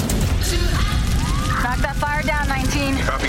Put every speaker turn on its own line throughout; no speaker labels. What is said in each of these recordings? Knock that fire down, 19.
Copy,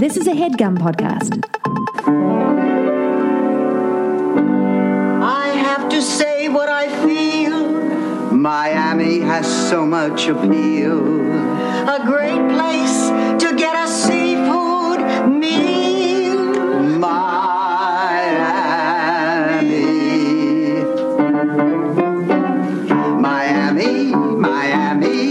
This is a headgum podcast.
I have to say what I feel. Miami has so much appeal. A great place to get a seafood meal. Miami. Miami, Miami,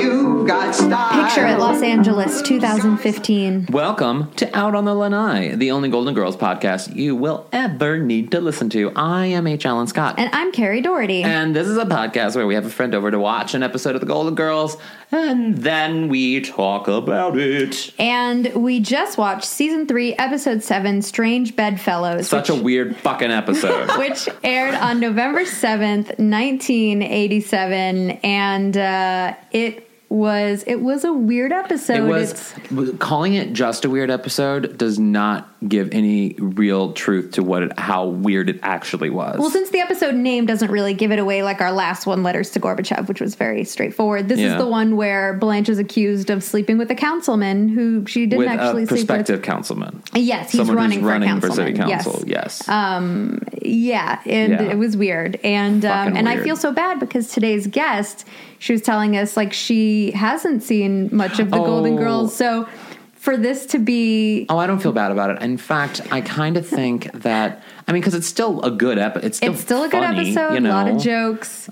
you've got style.
Picture at Los Angeles 2015.
Welcome to Out on the Lanai, the only Golden Girls podcast you will ever need to listen to. I am H. Allen Scott.
And I'm Carrie Doherty.
And this is a podcast where we have a friend over to watch an episode of The Golden Girls, and then we talk about it.
And we just watched season three, episode seven, Strange Bedfellows.
Such a weird fucking episode.
which aired on November 7th, 1987. And uh, it was it was a weird episode.
it
It's-
was calling it just a weird episode does not give any real truth to what it, how weird it actually was.
well, since the episode name doesn't really give it away, like our last one, Letters to Gorbachev, which was very straightforward, this
Yeah.
is the one where Blanche is accused of sleeping with a councilman who she didn't
with
actually
a
sleep with.
prospective councilman.
Yes, he's
Someone
running,
who's running
for,
for city
councilman.
council.
Yes.
Yes.
Yeah, and
Yeah.
it was weird, and um,
Fucking
and I
weird.
feel so bad because today's guest, she was telling us like she hasn't seen much of the Golden
Oh.
Girls, so for this to be
Oh, I don't feel bad about it. In fact, I kind of think that I mean because it's still a good episode. It's still,
it's still a good
funny,
episode,
You know?
a lot of jokes.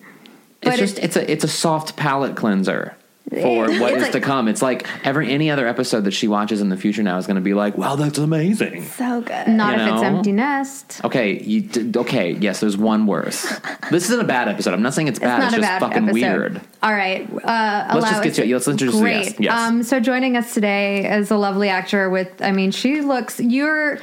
but
it's just it's a it's a soft palate cleanser for
It-
what
it's
is
like-
to come. It's like every any other episode that she watches in the future now is going to be like, wow, that's amazing.
So good. Not
You
if it's
know?
empty nest.
Okay, you d- okay. Yes, there's one worse. this isn't a bad episode. I'm not saying it's
It's
bad.
not
It's,
a
just
bad
fucking
episode.
weird.
All right, uh,
Let's
allow
just get
us
to it. Let's introduce the
Great.
guest. Yes.
Um, so joining us today is a lovely actor. With I mean, she looks you're.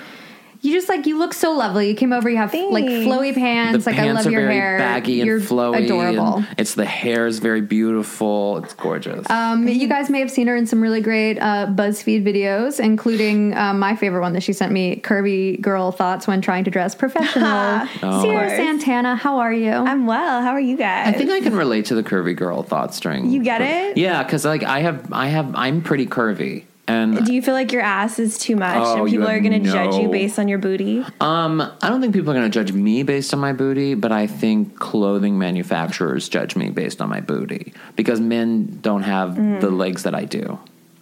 You just like you look so lovely. You came over. You have like flowy pants.
the
like
pants
I love
are
your
very
hair.
baggy and
You're
flowy.
Adorable.
And it's the hair is very beautiful. It's gorgeous.
Um, you guys may have seen her in some really great uh, BuzzFeed videos, including uh, my favorite one that she sent me: "Curvy Girl Thoughts When Trying to Dress Professional." Sierra Santana, how are you?
I'm well. How are you guys?
I think I can relate to the curvy girl thought string.
You get it?
Yeah, because like I have, I have, I'm pretty curvy, and
Do you feel like your ass is too much
Oh,
and
you
people
have
are going to judge you
no-
based on your booty?
um, I don't think people are going to judge me based on my booty, but I think clothing manufacturers judge me based on my booty because men don't have the legs that I do.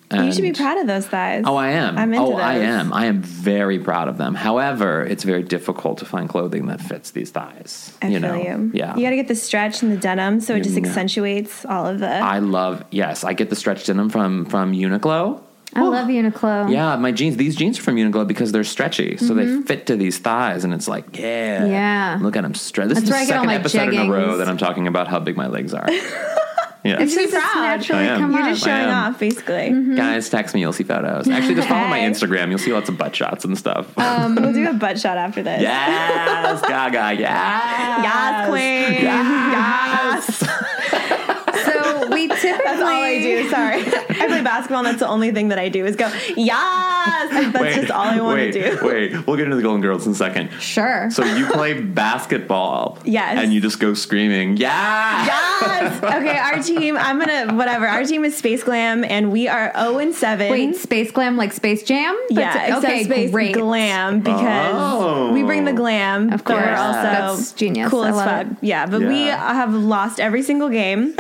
Mm. you should be
And-
proud of those thighs.
Oh, I am.
I'm into
oh, I
those.
am. I am very proud of them. However, it's very difficult to find clothing that fits these thighs.
I
you
feel
know,
you.
yeah.
You got to get the stretch and the denim so it just
Yeah.
accentuates all of the.
I love. Yes, I get the stretch denim from from Uniqlo.
I love Uniqlo.
Yeah, my jeans. These jeans are from Uniqlo because they're stretchy, so
Mm-hmm.
they fit to these thighs, and it's like, yeah,
Yeah.
Look at them stretch. This
That's
is the
where I get all
second
my
episode in a row
jeggings.
that I'm talking about how big my legs are. yeah,
It's just
Does this
proud.
naturally
I am.
come
You're
up?
just showing
am.
off, basically.
guys, text me. You'll see photos. Actually, just follow my
Hey. Um,
Instagram. You'll see lots of butt shots and stuff.
We'll do a butt shot after this.
yes, Gaga. Yes,
Yes, queen.
Yes.
So we typically
That's all I do. Sorry. I play basketball, and that's the only thing that I do is go, yes. That's just all I want to do.
wait, Wait, we'll get into the Golden Girls in a second.
Sure.
So you play basketball.
Yes.
And you just go screaming, yeah.
Yes. Okay, our team. I'm gonna whatever. Our team is Space Glam, and we are 0 and 7.
Wait, Space Glam like Space Jam? But
yeah,
it's-
except Space Glam because
Oh.
we bring the glam,
Of
but we're
course.
also
That's genius.
cool
I
as
love
fuck.
it.
Yeah, but we
Yeah.
have lost every single game.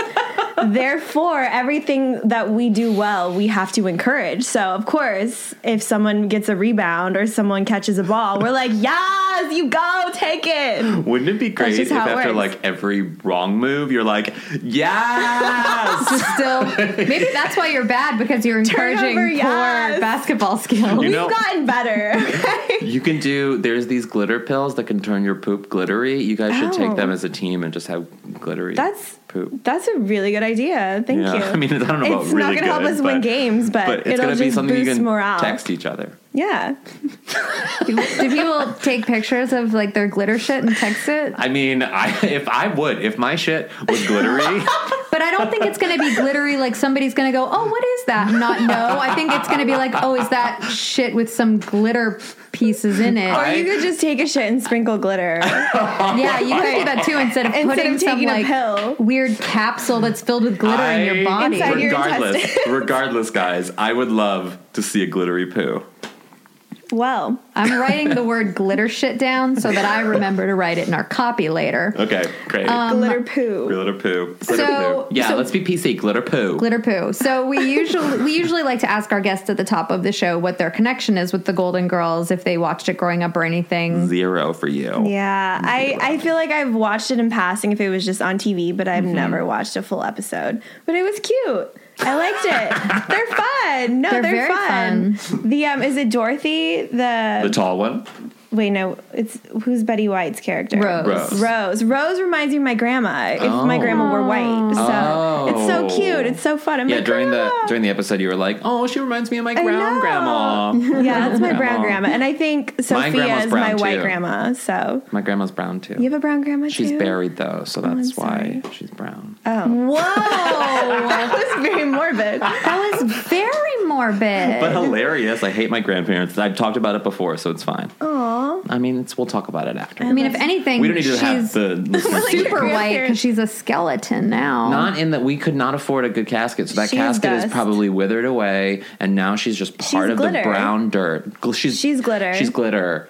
Therefore, everything that we do well, we have to encourage. So, of course, if someone gets a rebound or someone catches a ball, we're like, yes, you go, take it.
Wouldn't it be great
just
if
how it
after
works.
like every wrong move, you're like, yes,
Just still, maybe that's why you're bad because you're encouraging
Turnover,
poor
yes.
basketball skills.
You
We've
know-
gotten better. okay?
you can do. There's these glitter pills that can turn your poop glittery. You guys should
Oh.
take them as a team and just have glittery.
That's-
poop.
That's a really good idea. Thank
Yeah.
you.
I mean, I don't know about
It's not
really
going to help
good,
us win
but-
games, but,
But it's
it'll
gonna
just
be something you
boost
can
morale.
text each other.
Yeah.
Do people take pictures of like their glitter shit and text it?
I mean, I if I would, if my shit was glittery,
But I don't think it's going to be glittery. Like somebody's going to go, "Oh, what is that?" and Not know. I think it's going to be like, "Oh, is that shit with some glitter pieces in it?"
I-
Or you could just take a shit and sprinkle glitter.
yeah, you could do that too instead of
Instead
putting
of
some
taking a
like
pill.
weird capsule that's filled with glitter in your
I-
body.
Inside your
regardless,
intestines.
regardless, guys, I would love to see a glittery poo.
well,
I'm writing the word glitter shit down so that I remember to write it in our copy later.
Okay, great.
Um, glitter poo.
glitter poo. Glitter
so-
poo. Yeah,
so-
let's be PC. Glitter poo.
glitter poo. So we usually we usually like to ask our guests at the top of the show what their connection is with the Golden Girls, if they watched it growing up or anything.
Zero for you.
Yeah, I, I feel like I've watched it in passing if it was just on TV, but I've
Mm-hmm.
never watched a full episode. But it was cute. I liked it. they're fun. No,
They're
they're,
very
fun. The um, is it Dorothy? The,
The tall one.
wait, no, it's who's Betty White's character?
Rose.
Rose.
Rose. Rose reminds me of my grandma. If my grandma were white, so it's
Oh.
so cute. It's so fun. I'm
Yeah,
like,
during the
"Grandma."
during the episode, you were like, "Oh, she reminds me of my brown
know.
grandma."
yeah, that's my brown grandma, and I think Sophia
grandma's
is my
brown,
white
too.
grandma. So
my grandma's brown too.
you have a brown grandma
she's
too. Oh,
buried though, so that's why
sorry.
she's brown.
Whoa, that was very morbid.
That was very morbid.
But hilarious. I hate my grandparents. I've talked about it before, so it's fine. I mean, it's, we'll talk about it after.
I mean, if anything,
We don't need to
she's
have the listeners-
super white
grandparents.
because she's a skeleton now.
Not in that we could not afford a good casket, so that
She's
casket is
dust.
probably withered away, and now she's just part of
glitter.
the brown dirt. Gl- She's
She's glitter.
She's glitter.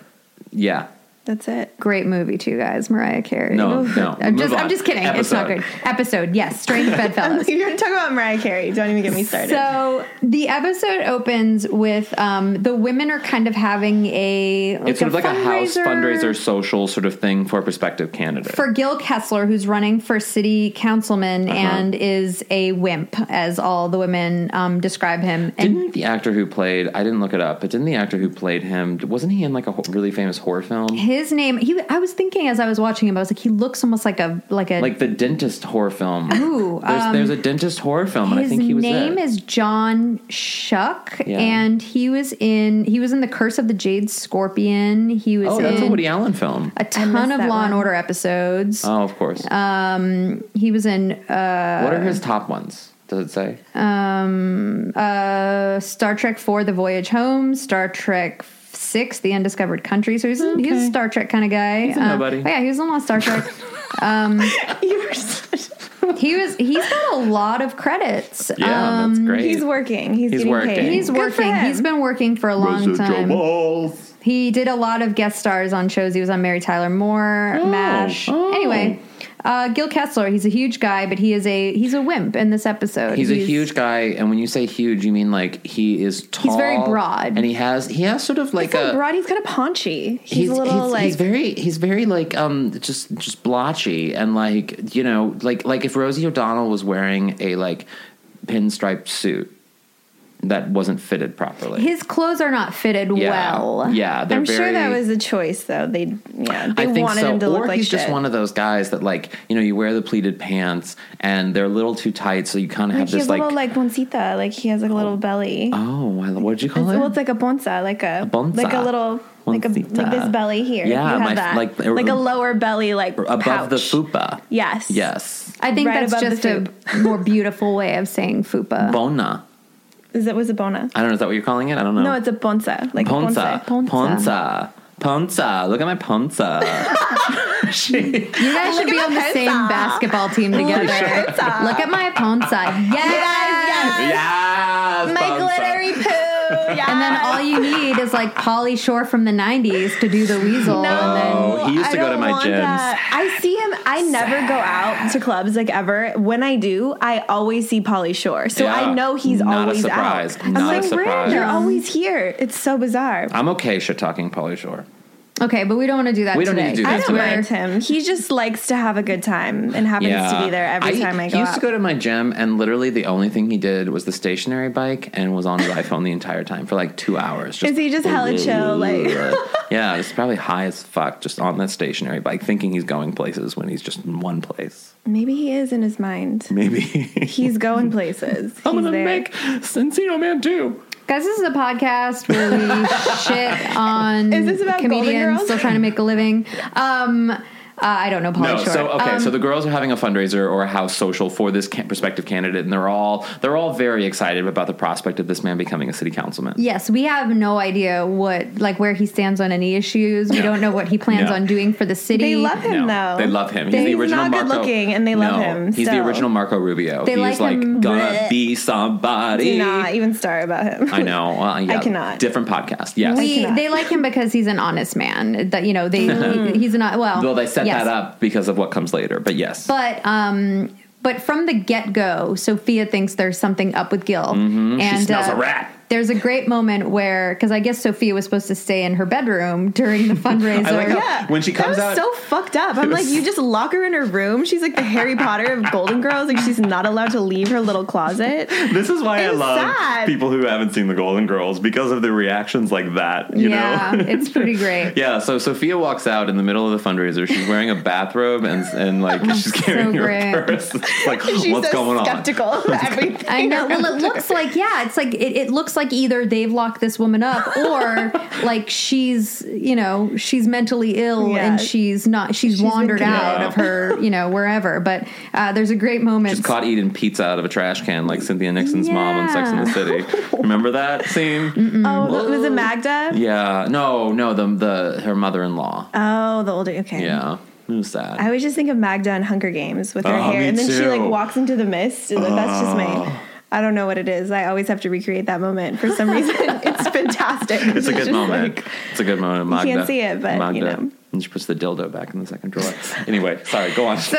Yeah.
That's it.
Great movie too, guys. Mariah Carey.
No, no.
I'm just,
Move
I'm
on.
just kidding. It's not good.
Episode.
Episode, yes. Strange Bedfellows.
You're gonna talk about Mariah Carey. Don't even get me started.
So the episode opens with um, the women are kind of having a like
it's sort of like a house fundraiser social sort of thing for a prospective candidate.
for Gil Kessler, who's running for city councilman
Uh-huh.
and is a wimp, as all the women um, describe him. And
didn't the actor who played I didn't look it up, but didn't the actor who played him wasn't he in like a ho- really famous horror film?
his name, he, I was thinking as I was watching him, I was like, he looks almost like a like a.
Like the dentist horror film.
Ooh, um,
there's, there's a dentist horror film, and I
his
think he was
name
in.
is John Shuck,
Yeah.
and he was in he was in the Curse of the Jade Scorpion. He was
oh, that's a
in
Woody Allen film.
a Uh, ton of
that
Law and
one.
Order episodes.
Oh, of course.
He was in uh,
what are his top ones? Does it say?
uh, Star Trek Four: The Voyage Home, Star Trek Six: The Undiscovered Country. So he's, he's a Star Trek kind of guy.
a
Um,
nobody.
but yeah, he was in a lot of Star Trek.
you were such-
he was he's got a lot of credits. Um,
yeah, that's great.
he's working. He's,
He's
getting
working.
paid.
He's
Good for
working.
him.
He's been working for a long time. He did a lot of guest stars on shows. He was on Mary Tyler Moore, MASH.
oh.
Anyway, uh, Gil Kessler. He's a huge guy, but he is a he's a wimp in this episode.
He's, a huge guy, and when you say huge, you mean like he is tall.
very broad.
and he has he has sort of like
He's so
a
broad. He's kind of paunchy. He's, a little
he's,
like
he's very he's very like um just just blotchy and like you know like like if Rosie O'Donnell was wearing a like pinstripe suit that wasn't fitted properly.
His clothes are not fitted
Yeah.
well.
Yeah, they're
I'm sure that
very-
was a choice, though. They yeah, they
I think
wanted
so.
him to
or
look like
he's
shit.
just one of those guys that like you know you wear the pleated pants and they're a little too tight, so you kind of
like
have
he's
this
a
like,
little like poncita. Like he has like a little belly.
oh I lo- what'd you call
It's-
it?
well, it's like a bonza, like a,
bonza.
like a little, like a
Bonzita.
like this belly here.
Yeah,
you have
my-
that.
like-
Like, a lower belly, like
above the
pouch.
fupa.
Yes.
Yes,
I think
Right
that's
above
just
the
a more beautiful way of saying fupa.
bona.
Is it was a bona?
I don't know. Is that what you're calling it? I don't know.
No, it's a bonza. Like
Ponza.
bonsai.
Ponza.
Ponza. Ponza. Look at my Ponza. she,
You guys should be on the same basketball team together. Look at my ponsa. Yes.
yes.
My
Ponza.
glittery poo. yeah.
And then all you need is like Polly Shore from the 90s to do the weasel. And then
Oh, he used to
I
go to
don't
my
want
gyms.
that. I see him. I never go out to clubs like ever. When I do, I always see Polly Shore, so
Yeah.
I know he's
Not a
always
surprise.
out. I'm
Not a
like,
surprise.
you're always here. It's so bizarre.
I'm okay shit talking Polly Shore.
Okay, but we don't want to do that
We don't
today.
need to do
I
that
don't
today.
mind him. He just likes to have a good time and happens to be there every time I go
He used
out.
to go to my gym, and literally the only thing he did was the stationary bike and was on his iPhone the entire time for like two hours.
Is he just hella chill, like-
yeah, he's probably high as fuck, just on that stationary bike, thinking he's going places when he's just in one place.
Maybe he is in his mind.
Maybe
He's going places.
I'm
He's
gonna
there.
make Encino Man too.
Guys, this is a podcast where we shit on
Is this about Golden
comedians
Girls?
still trying to make a living. Um, uh, I don't know Polly
No,
Shore.
so okay,
Um,
so the girls are having a fundraiser or a house social for this can- prospective candidate, and they're all they're all very excited about the prospect of this man becoming a city councilman.
Yes, we have no idea what like where he stands on any issues. We don't know what he plans
No.
on doing for the city.
They love him though.
No, They love him. He's
They-
the original
not
Marco.
good looking, and they love
No,
him.
He's the
still.
original Marco Rubio.
They
he's
like
like
him-
gonna be somebody.
Do not even start about him.
I know. Uh, yeah,
cannot.
Different podcast. Yes.
I
we
cannot.
they like him because he's an honest man. That you know they he- he's not well.
well, they set
yes.
that up because of what comes later. But yes.
But um, but from the get go, Sophia thinks there's something up with Gil, and
Mm-hmm.
uh,
smells a rat.
There's a great moment where, because I guess Sophia was supposed to stay in her bedroom during the fundraiser.
I like how
Yeah.
when she
That was
comes out-
so fucked up. I'm like, you just lock her in her room. She's like the Harry Potter of Golden Girls. Like she's not allowed to leave her little closet.
This is why
It
I
was
love
sad.
people who haven't seen the Golden Girls because of the reactions like that. You
yeah,
know,
it's pretty great.
yeah, so Sophia walks out in the middle of the fundraiser. She's wearing a bathrobe and and like she's carrying
great.
her purse. It's like
Oh, She's
what's
so
going
skeptical of everything.
I know. Well,
around
it looks like yeah, it's like it, it looks like either they've locked this woman up, or like she's you know she's mentally ill
Yeah.
and she's not she's,
She's in
wandered out
Yeah.
of her you know wherever. But uh, there's a great moment.
on? She's caught eating pizza out of a trash can like Cynthia Nixon's mom in Sex and the
Yeah.
City. Remember that scene?
Oh, was it Magda?
Yeah. No, no, the the her mother in law.
Oh, the older. Okay.
Yeah. It was sad.
I always just think of Magda in Hunger Games with her
Uh-huh,
Oh,
hair,
me
and then she like
too.
walks into the mist. and That's just
Uh.
my. I don't know what it is. I always have to recreate that moment for some reason. it's fantastic.
it's a good
just
moment.
like-
it's a good moment. Magda.
can't see it, but, you know.
And she puts the dildo back in the second drawer. anyway, sorry, go on.
so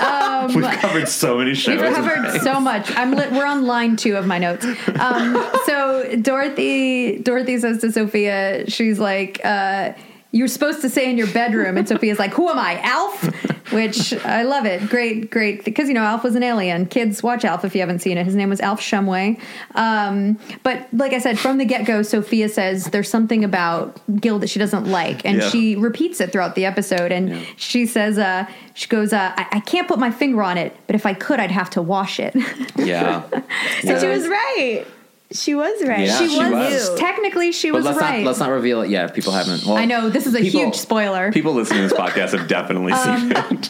um,
we've covered so many
We've
shows.
covered so much. I'm li- we're on line two of my notes. Um, so Dorothy Dorothy says to Sophia, she's like, uh, "You're supposed to stay in your bedroom," and Sophia's like, "Who am I, Alf?" Which I love it. Great, great, because you know Alf was an alien. Kids, watch Alf if you haven't seen it. His name was Alf Shumway. Um, but like I said, from the get go, Sophia says there's something about Gil that she doesn't like, and
Yeah.
she repeats it throughout the episode. And she says, uh, she goes, uh, I-, I can't put my finger on it, but if I could, I'd have to wash it.
Yeah.
And she
Yeah.
was right. She was right.
Yeah,
she,
she was.
was.
Technically, she
But
was
let's
right.
not let's not reveal it yet if people haven't. Well,
I know this is a
people-
huge spoiler. Um,
People listening to this podcast have definitely seen it.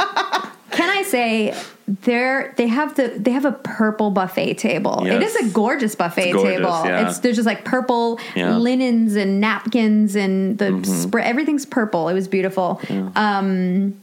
Can I say they're they have the they have a purple buffet table. It
Yes.
is a gorgeous buffet
It's gorgeous,
table.
yeah.
It's there's just like purple
Yeah. Mm-hmm.
linens and napkins and the spray everything's purple. It was beautiful. Um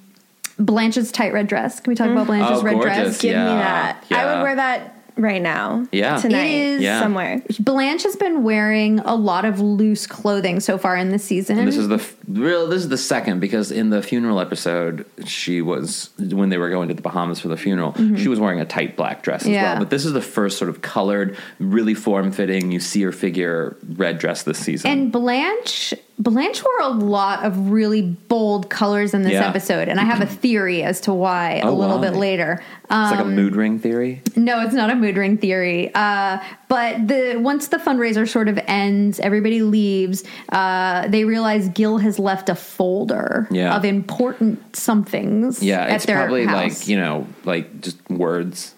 Blanche's tight red dress. Can we talk about Blanche's
Oh,
red
gorgeous.
dress?
Give
Yeah.
me that. I
Yeah.
would wear that right now.
Yeah.
Tonight.
It is-
Yeah.
Somewhere.
Blanche has been wearing a lot of loose clothing so far in the season.
This is the f- real. This is the second because in the funeral episode, she was when they were going to the Bahamas for the funeral. She was wearing a tight black dress as
Mm-hmm. Yeah.
well. But this is the first sort of colored, really form fitting. You see her figure red dress this season.
And Blanche Blanche wore a lot of really bold colors in this
Yeah.
episode, and I have a theory as to why a
Oh,
little
why?
bit later.
it's like a mood ring theory.
No, um, it's not a mood ring theory. Uh, but the once the fundraiser sort of ends, everybody leaves. Uh, they realize Gil has left a folder
Yeah.
of important somethings.
Yeah,
at
it's
their
probably
house.
like you know, like just words.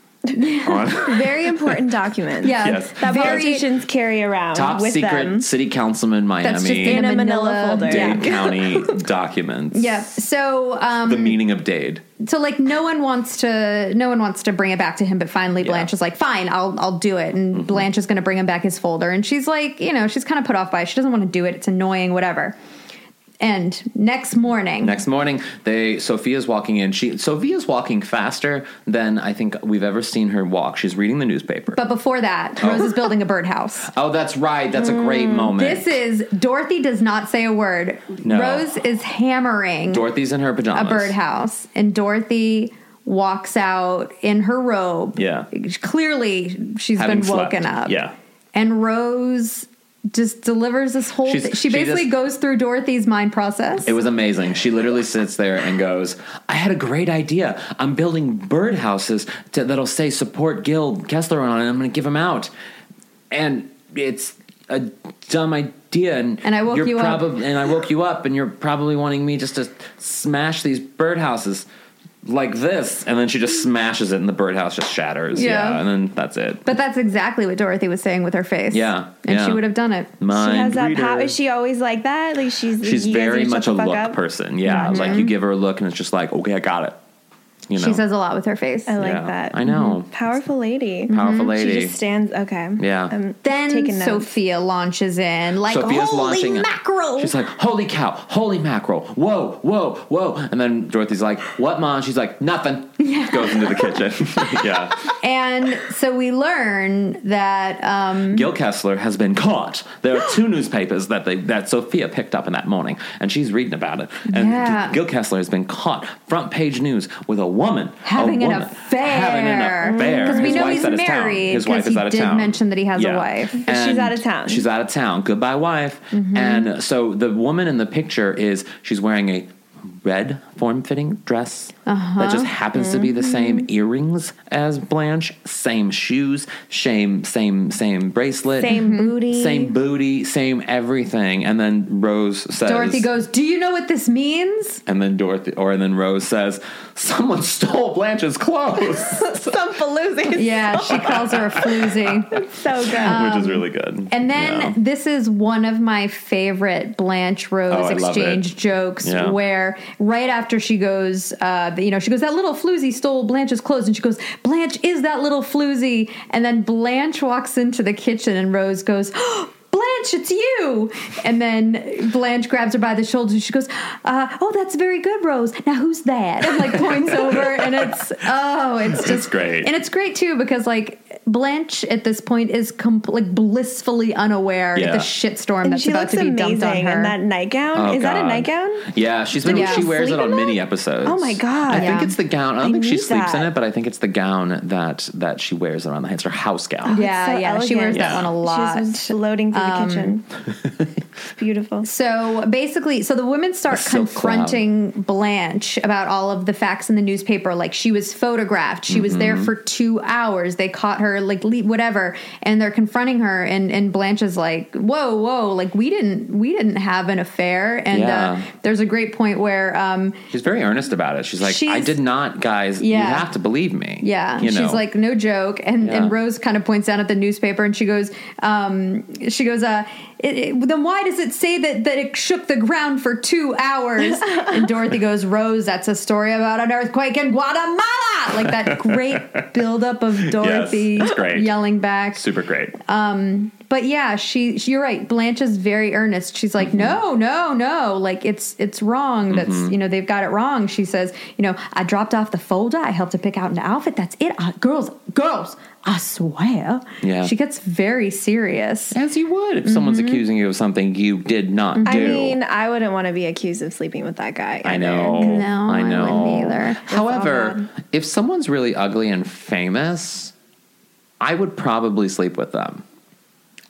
Very important documents.
yeah,
Yes.
That
very
politicians carry around
Top
with
secret
them.
city councilman
that's just in
Miami,
a manila
a manila
folder.
folder.
Yeah.
Dade County documents.
Yeah. So um,
the meaning of Dade.
so like no one wants to no one wants to bring it back to him but finally blanche is like fine i'll i'll do it and blanche is going to bring him back his folder and she's like you know she's kind of put off by it she doesn't want to do it it's annoying whatever And next morning,
Next morning, they Sophia's walking in. She Sophia's walking faster than I think we've ever seen her walk. She's reading the newspaper.
but before that, Rose is building a birdhouse.
oh, that's right. That's a great moment.
Mm, This is Dorothy does not say a word.
No.
Rose is hammering
Dorothy's in her
a
pajamas.
birdhouse, and Dorothy walks out in her robe.
Yeah.
clearly she's
Having
been woken
slept.
up.
Yeah.
and Rose just delivers this whole.
She's-
thing. She
she
basically
just-
goes through Dorothy's mind process.
It was amazing. She literally sits there and goes, "I had a great idea. I'm building birdhouses to, that'll say support Gil Kessler on it. and I'm going to give them out." And it's a dumb idea. And,
And I woke
you're
you up.
probab- And I woke you up, and you're probably wanting me just to smash these birdhouses like this. And then she just smashes it, and the birdhouse just shatters.
Yeah.
and then that's it.
but that's exactly what Dorothy was saying with her face.
Yeah,
and
yeah.
she would have done it.
Mind
she has that
reader.
power. Is she always like that? Like she's
She's
you guys
very
need to
much a
shut the fuck
look
up?
person. Yeah, like you give her a look, and it's just like, okay, I got it. You know,
She says a lot with her face.
I like
Yeah.
that. Mm-hmm.
I know.
Powerful lady. Mm-hmm.
Powerful lady.
She just stands. Okay.
Yeah.
I'm taking
Then
notes.
Sophia launches in like
Sophia's
holy
launching it.
mackerel.
She's like, "Holy cow! Holy mackerel! Whoa, whoa, whoa!" And then Dorothy's like, "What, mom?" She's like, "Nothing."
Goes into the kitchen. yeah.
and so we learn that um,
Gil Kessler has been caught. There are two newspapers that they that Sophia picked up in that morning, and she's reading about it. And
Yeah.
Gil Kessler has been caught, front page news, with a woman a
having an
woman
affair.
having an affair.
because we
His
know
wife's
he's
out of town.
married.
His wife
because
is
he
out of
did
town.
mention that he has
Yeah.
a wife. Mm-hmm.
She's
And
out of town.
She's out of town. Goodbye, wife. And so the woman in the picture is she's wearing a red form-fitting dress that
Uh-huh.
just happens to be the
Mm-hmm.
same earrings as Blanche, same shoes, same same same bracelet,
Same booty.
same booty, same everything. And then Rose says,
Dorothy goes, "Do you know what this means?"
and then Dorothy, or and then Rose says, someone stole Blanche's clothes,
Some palooza.
Yeah, she calls her a floozy. Um,
So good.
which is really good.
And then
Yeah.
this is one of my favorite Blanche Rose
Oh, I love
exchange
it.
jokes,
Yeah.
where right after she goes, uh, you know, she goes, "That little floozy stole Blanche's clothes," and she goes, "Blanche is that little floozy," and then Blanche walks into the kitchen, and Rose goes. Blanche, it's you! And then Blanche grabs her by the shoulders and she goes, uh, Oh, that's very good, Rose. Now who's that? And like points over, and it's, oh, it's just
great.
And it's great too because like Blanche at this point is com- like blissfully unaware
Yeah.
of the shitstorm
and
that's
she looks
about to be dumped on
amazing
her.
in that nightgown.
Oh,
is that
God.
a nightgown?
Yeah, she's been.
Did
She
you
wears
sleep
it
in
on
that?
many episodes.
Oh my God.
I think
Yeah.
it's the gown. I don't
I
think she
need
sleeps in
that.
it, but I think it's the gown that that she wears around the head. It's her house gown.
yeah,
So
yeah, she wears
elegant.
that one a lot. Um,
She's just floating through the kitchen. It's beautiful.
So basically, so the women start
A silk
confronting Blanche about all of the facts in the newspaper. Like she was photographed, she was there for two hours. They caught her, like le- whatever, and they're confronting her. And and Blanche is like, "Whoa, whoa! Like we didn't, we didn't have an affair." And
Yeah.
uh, there's a great point where, um,
She's very earnest about it. She's like, I
She's-
did not, guys. You
Yeah.
have to believe me.
yeah,
you know.
she's like, "No joke." And
Yeah.
and Rose kind of points down at the newspaper, and she goes, um, she goes, uh, it, it, "Then why does it say that that it shook the ground for two hours?" and Dorothy goes, "Rose, that's a story about an earthquake in Guatemala." Like that great buildup of Dorothy
it's great.
yelling back.
Super great.
uh,
But yeah, she, she- you're right. Blanche is very earnest. She's
Mm-hmm.
like, no, no, no. Like it's it's wrong. That's you know they've got it wrong. She says, you know, I dropped off the folder. I helped her pick out an outfit. That's it. I, girls, girls, I swear.
Yeah.
She gets very serious.
as you would if someone's accusing you of something you did not do.
mm-hmm. I mean, I wouldn't want to be accused of sleeping with that guy.
I
either.
know.
No, I
I
wouldn't
know.
either. It's all
However, if someone's really ugly and famous, I would probably sleep with them.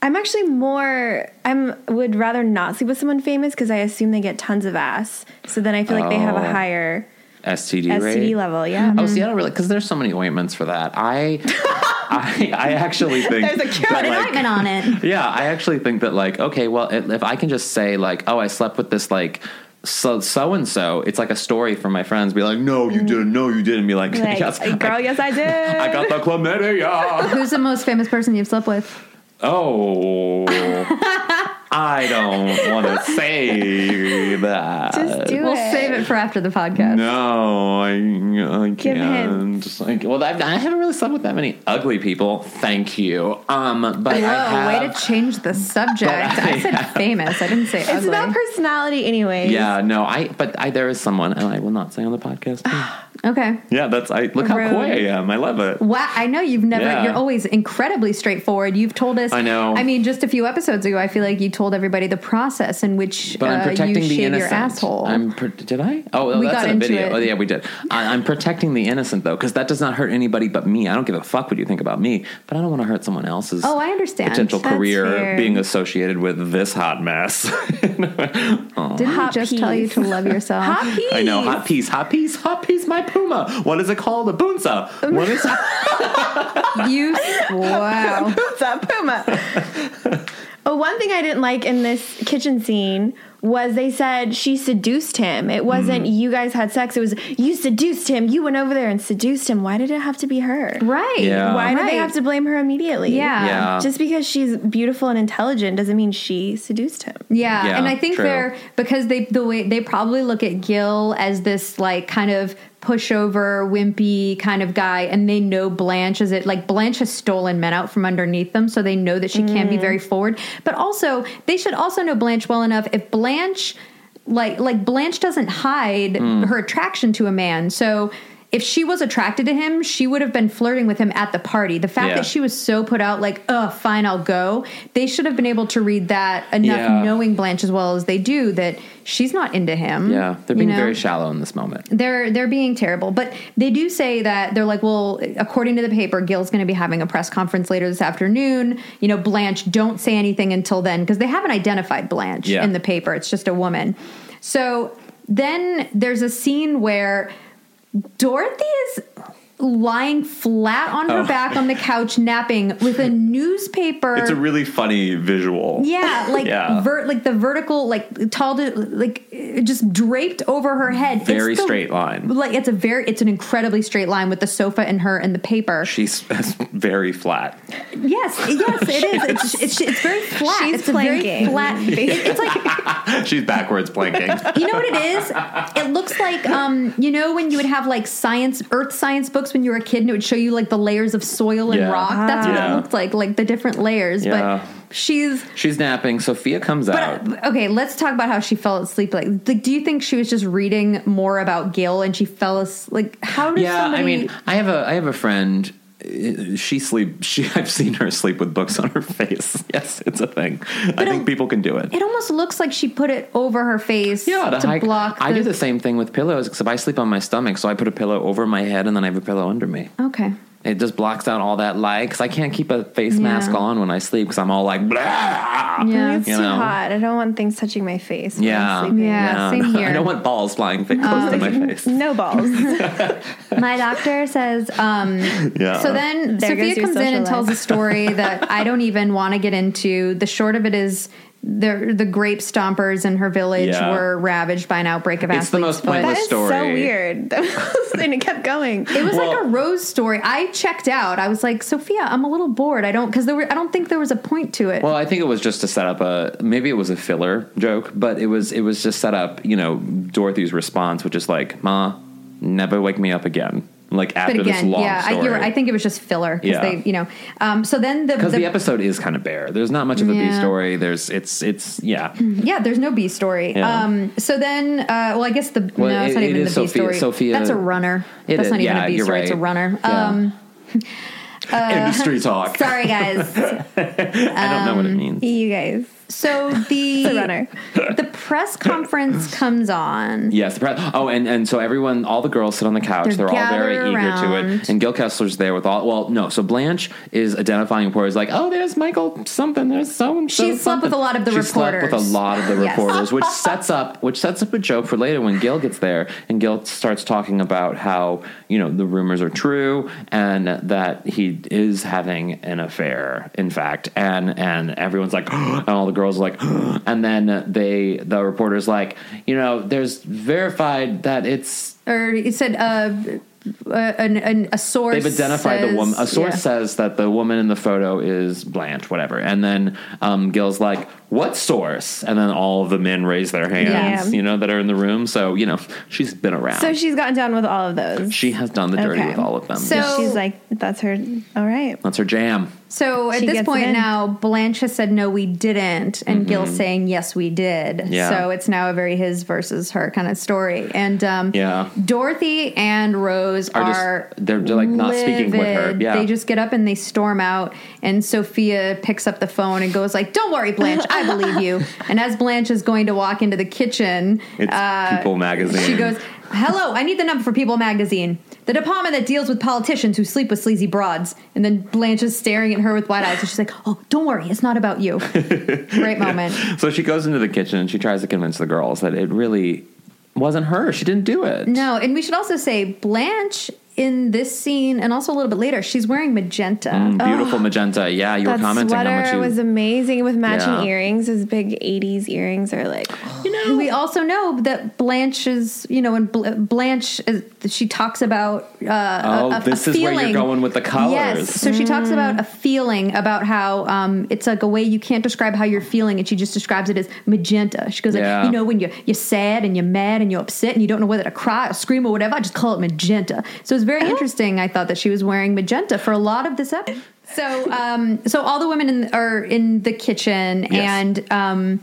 I'm actually more. I'm would rather not sleep with someone famous because I assume they get tons of ass. So then I feel like they have a
Oh.
higher
STD
STD
rate.
level. Yeah. Mm-hmm.
Oh, see, I don't really because there's so many ointments for that. I, I, I actually think
There's a cure
that,
and an
like,
Ointment on it.
Yeah, I actually think that like okay, well, if if I can just say like, oh, I slept with this like so so and so, it's like a story from my friends. Be like, no, you didn't. No, you didn't. Be like,
Mm-hmm. Like,
yes,
girl, yes, I did.
I, I got the chlamydia.
Who's the most famous person you've slept with?
oh, I don't want to say that.
Just do
Uh, We'll
it.
save it for after the podcast.
No, I, I
Give him.
can't. Just like, well, I've, I haven't really slept with that many ugly people. Thank you. Um, but I
Whoa,
have,
way to change the subject. I said famous. I didn't say
It's
ugly.
about personality, anyways.
yeah, no, I. But I, there is someone, and I will not say on the podcast.
okay.
yeah, that's. I look how
Rude.
coy I am. I love it.
Wow, I know you've never.
Yeah.
You're always incredibly straightforward. You've told us.
I know.
I mean, just a few episodes ago, I feel like you told everybody the process in which
But I'm
uh,
protecting
you
the
shave
innocent.
your asshole.
I'm pro- did I? Oh, oh,
We
that's
got
in a
into
video.
it.
Oh, yeah, we did. I, I'm protecting the innocent though, because that does not hurt anybody but me. I don't give a fuck what you think about me, but I don't want to hurt someone else's.
Oh, I understand.
Potential
That's
career
fair.
being associated with this hot mess.
Didn't we
Hot
just
peas.
tell you to love yourself?
Hot peas.
I know. Hot piece, hot piece, hot piece, my puma. What is it called? A boonza. What is
you wow.
Puma, Puma. oh, one thing I didn't like in this kitchen scene was they said she seduced him.
Mm-hmm.
It wasn't you guys had sex. It was you seduced him. You went over there and seduced him. Why did it have to be her?
Right.
Yeah.
Why do they
Right.
have to blame her immediately?
Yeah.
Yeah.
Just because she's beautiful and intelligent doesn't mean she seduced him.
Yeah,
Yeah,
and I think
true.
they're because they the way they probably look at Gil as this like kind of pushover, wimpy kind of guy, and they know Blanche is it like Blanche has stolen men out from underneath them, so they know that she can be very forward. But also, they should also know Blanche well enough if Blanche like like Blanche doesn't hide her attraction to a man, so. If she was attracted to him, she would have been flirting with him at the party. The fact
Yeah.
that she was so put out, like, oh, fine, I'll go, they should have been able to read that enough
Yeah.
knowing Blanche as well as they do that she's not into him.
Yeah, they're
you
being
know?
very shallow in this moment.
They're they're being terrible, but they do say that they're like, well, according to the paper, Gil's going to be having a press conference later this afternoon. You know, Blanche, don't say anything until then because they haven't identified Blanche
Yeah.
in the paper. It's just a woman. So then there's a scene where Dorothy is lying flat on
Oh.
her back on the couch napping with a newspaper.
It's a really funny visual.
Yeah, like
Yeah.
Ver- like the vertical, like tall, to, like uh, just draped over her head.
Very
It's the-
straight line.
Like it's a very, it's an incredibly straight line with the sofa and her and the paper.
She's very flat.
yes, yes, it is. It's, it's, it's very flat.
She's
it's a very
planking.
flat. It, it's like
She's backwards blinking.
you know what it is. It looks like um, you know when you would have like science, earth science books when you were a kid, and it would show you like the layers of soil and
Yeah.
rock. That's what
Yeah.
it looked like, like the different layers.
Yeah.
But she's
She's napping. Sophia comes out.
But uh, okay, let's talk about how she fell asleep. Like, like, do you think she was just reading more about Gail and she fell asleep? Like, how did
yeah,
somebody?
I mean, I have a I have a friend. uh, She sleep. She I've seen her sleep with books on her face. Yes, it's a thing. I think
it-
people can do it.
it almost looks like she put it over her face
yeah,
to,
hike-
block.
I do the same thing with pillows, except I sleep on my stomach, so I put a pillow over my head and then I have a pillow under me.
Okay.
It just blocks out all that light because I can't keep a face
Yeah.
mask on when I sleep because I'm all like, blah.
Yeah.
It's
You
too
know.
hot. I don't want things touching my face. when I'm
Yeah.
sleeping.
Yeah. same here. Uh,
I don't want balls flying fa- close to my face.
No balls.
My doctor says. Um,
Yeah.
So then
There
Sophia
goes your
comes in
social
and
life.
tells a story that I don't even want to get into. The short of it is. The, the grape stompers in her village
Yeah.
were ravaged by an outbreak of
It's the
athlete's
most
foot.
pointless
That is so
story.
weird. and it kept going.
It was like
Well-
a rose story. I checked out. I was like, Sophia, I'm a little bored. I don't because there were. I don't think there was a point to it.
Well, I think it was just to set up a maybe it was a filler joke, but it was it was just set up. You know, Dorothy's response, which is like, "Ma, never wake me up again." Like
but
after this
again,
long
yeah, I,
story,
you're, right. I think it was just filler. 'cause
Yeah.
they, you know. Um, so then the,
because
the,
the, episode is kind of bare. There's not much of a B
Yeah.
story. There's it's it's yeah.
yeah, there's no B story.
Yeah.
Um, so then, uh, well, I guess the
Well,
no, it's
it-
not
it
even the B
is Sophia-
story.
Sophia-
That's a runner.
It
That's
is-
not even
yeah,
a B
you're
story. It's a
right.
runner.
Yeah.
Um, Uh,
Industry talk.
sorry guys.
I don't know
um,
what it means.
you guys.
So the
It's a runner.
the press conference comes on.
Yes. the pre- Oh, and, and so everyone, all the girls sit on the couch.
They're
They're, all very
gathered
eager to
around.
it. And Gil Kessler's there with all. Well, no. So Blanche is identifying for is like, oh, there's Michael something. There's so and so.
She slept with a lot of the
she slept with a
reporters.
lot of the
Yes.
reporters, which sets up which sets up a joke for later when Gil gets there and Gil starts talking about how you know the rumors are true and that he is having an affair. In fact, and and everyone's like, and all the girls are like, and then they the reporters like, you know, there's verified that it's
Or it said, uh, uh, an, an, a source.
They've identified the woman. A
says-
source
yeah.
says that the woman in the photo is Blanche, whatever. And then um, Gil's like, "What source?" And then all of the men raise their hands,
Yeah.
you know, that are in the room. So you know, she's been around.
So she's gotten down with all of those.
she has done the dirty
Okay.
with all of them.
So-
Yes.
she's like, that's her. All right.
that's her jam.
So at
She
this
gets it
point
in.
now, Blanche has said, no, we didn't. And Gil's saying, yes, we did.
Mm-hmm. Yeah.
So it's now a very his versus her kind of story. And um,
Yeah.
Dorothy and Rose
Are
are.
just- they're- they're, like, not speaking with her.
livid.
Yeah.
They just get up and they storm out. And Sophia picks up the phone and goes like, don't worry, Blanche, I believe you. And as Blanche is going to walk into the kitchen,
It's People Magazine.
Uh, she goes, Hello, I need the number for People magazine. The department that deals with politicians who sleep with sleazy broads. And then Blanche is staring at her with wide eyes. And she's like, Oh, don't worry, it's not about you. Great moment.
So she goes into the kitchen and she tries to convince the girls that it really wasn't her. She didn't do it.
No, and we should also say Blanche in this scene and also a little bit later, she's wearing magenta.
Beautiful magenta. Yeah, you were
That
commenting
sweater
how much you
was amazing with matching
Yeah.
earrings. Those big '80s earrings are like
You know, we also know that Blanche is, you know, and Bl- Blanche, is, she talks about uh, a-
Oh,
a, a
this is where
feeling.
you're going with the colors.
Yes, so she talks about a feeling about how um, it's like a way you can't describe how you're feeling, and she just describes it as magenta. She goes,
Yeah.
like, you know, when you're you're sad and you're mad and you're upset and you don't know whether to cry or scream or whatever, I just call it magenta. So it's very interesting. I thought that she was wearing magenta for a lot of this episode. So, um, so all the women in, are in the kitchen,
Yes.
and um,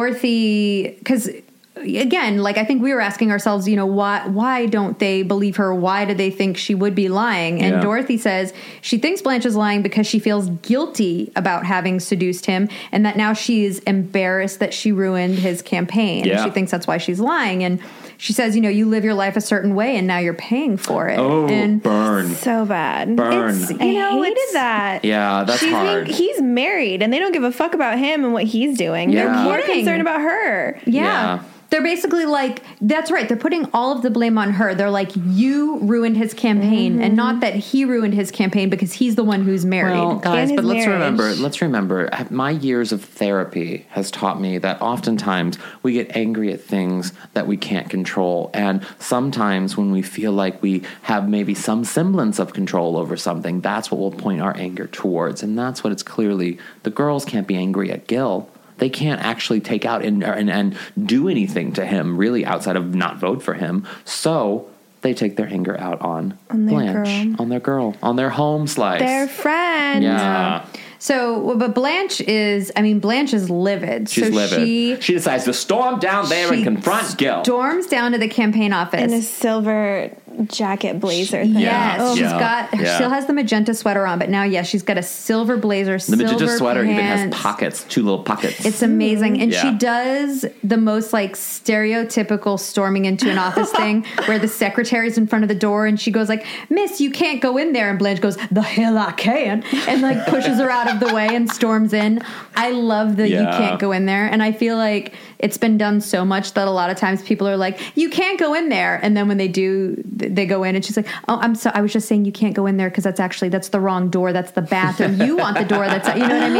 Dorothy, because again, like I think we were asking ourselves, you know, why why don't they believe her? Why do they think she would be lying? And
Yeah.
Dorothy says she thinks Blanche is lying because she feels guilty about having seduced him, and that now she is embarrassed that she ruined his campaign.
Yeah.
She thinks that's why she's lying, and she says, you know, you live your life a certain way, and now you're paying for it.
Oh,
and
burn.
so bad.
Burn.
It's-
You know,
I hated
it's-
that.
Yeah, that's
She's
hard.
he's married, and they don't give a fuck about him and what he's doing.
Yeah.
They're more
Kidding.
concerned about her.
Yeah.
Yeah.
They're basically like, that's right. They're putting all of the blame on her. They're like, you ruined his campaign, and not that he ruined his campaign because he's the one who's married.
Mm-hmm. Well, guys,
his
but let's
marriage.
remember, let's remember, my years of therapy has taught me that oftentimes we get angry at things that we can't control. And sometimes when we feel like we have maybe some semblance of control over something, that's what we'll point our anger towards. And that's what it's clearly the girls can't be angry at Gil. They can't actually take out and, and, and do anything to him, really, outside of not vote for him. So they take their anger out on,
their
Blanche,
girl.
on their girl, on their home slice.
They're friends.
Yeah.
So, well, but Blanche is, I mean, Blanche is livid.
She's
so
livid.
She,
She decides to storm down there and
she
confront Gil.
Storms down to the campaign office.
In a silver jacket blazer thing.
Yes,
Yeah.
she's
Yeah.
got. She
Yeah.
still has the magenta sweater on, but now, yes, she's got a silver blazer.
the magenta sweater even has
pants.
pockets, two little pockets.
It's amazing. And
Yeah.
she does the most like stereotypical storming into an office thing where the secretary's in front of the door and she goes like, Miss, you can't go in there. And Blanche goes, the hell I can. And like pushes her out of the way and storms in. I love the you
Yeah.
can't go in there. And I feel like it's been done so much that a lot of times people are like, you can't go in there. And then when they do, th- they go in and she's like, oh, I'm so, I was just saying you can't go in there because that's actually, that's the wrong door. That's the bathroom. You want the door that's, you know what I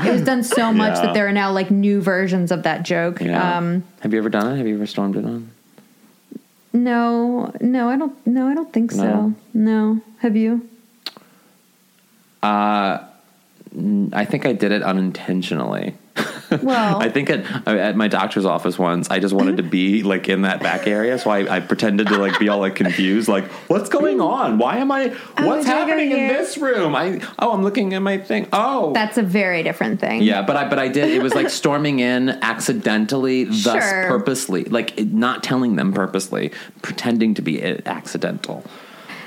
mean? It was done so much
Yeah.
that there are now like new versions of that joke.
Yeah.
Um,
Have you ever done it? Have you ever stormed it on?
no, no, I don't, no, I don't think so.
No.
No. Have you?
I think I did it unintentionally.
Well,
I think at at my doctor's office once, I just wanted to be like in that back area, so I, I pretended to like be all like confused, like what's going on? Why am I?
Oh,
What's
did I go
happening in
here?
this room? I oh, I'm looking at my thing. Oh,
that's a very different thing.
Yeah, but I but I did. It was like storming in accidentally, thus
Sure.
purposely, like it- not telling them purposely, pretending to be i- accidental.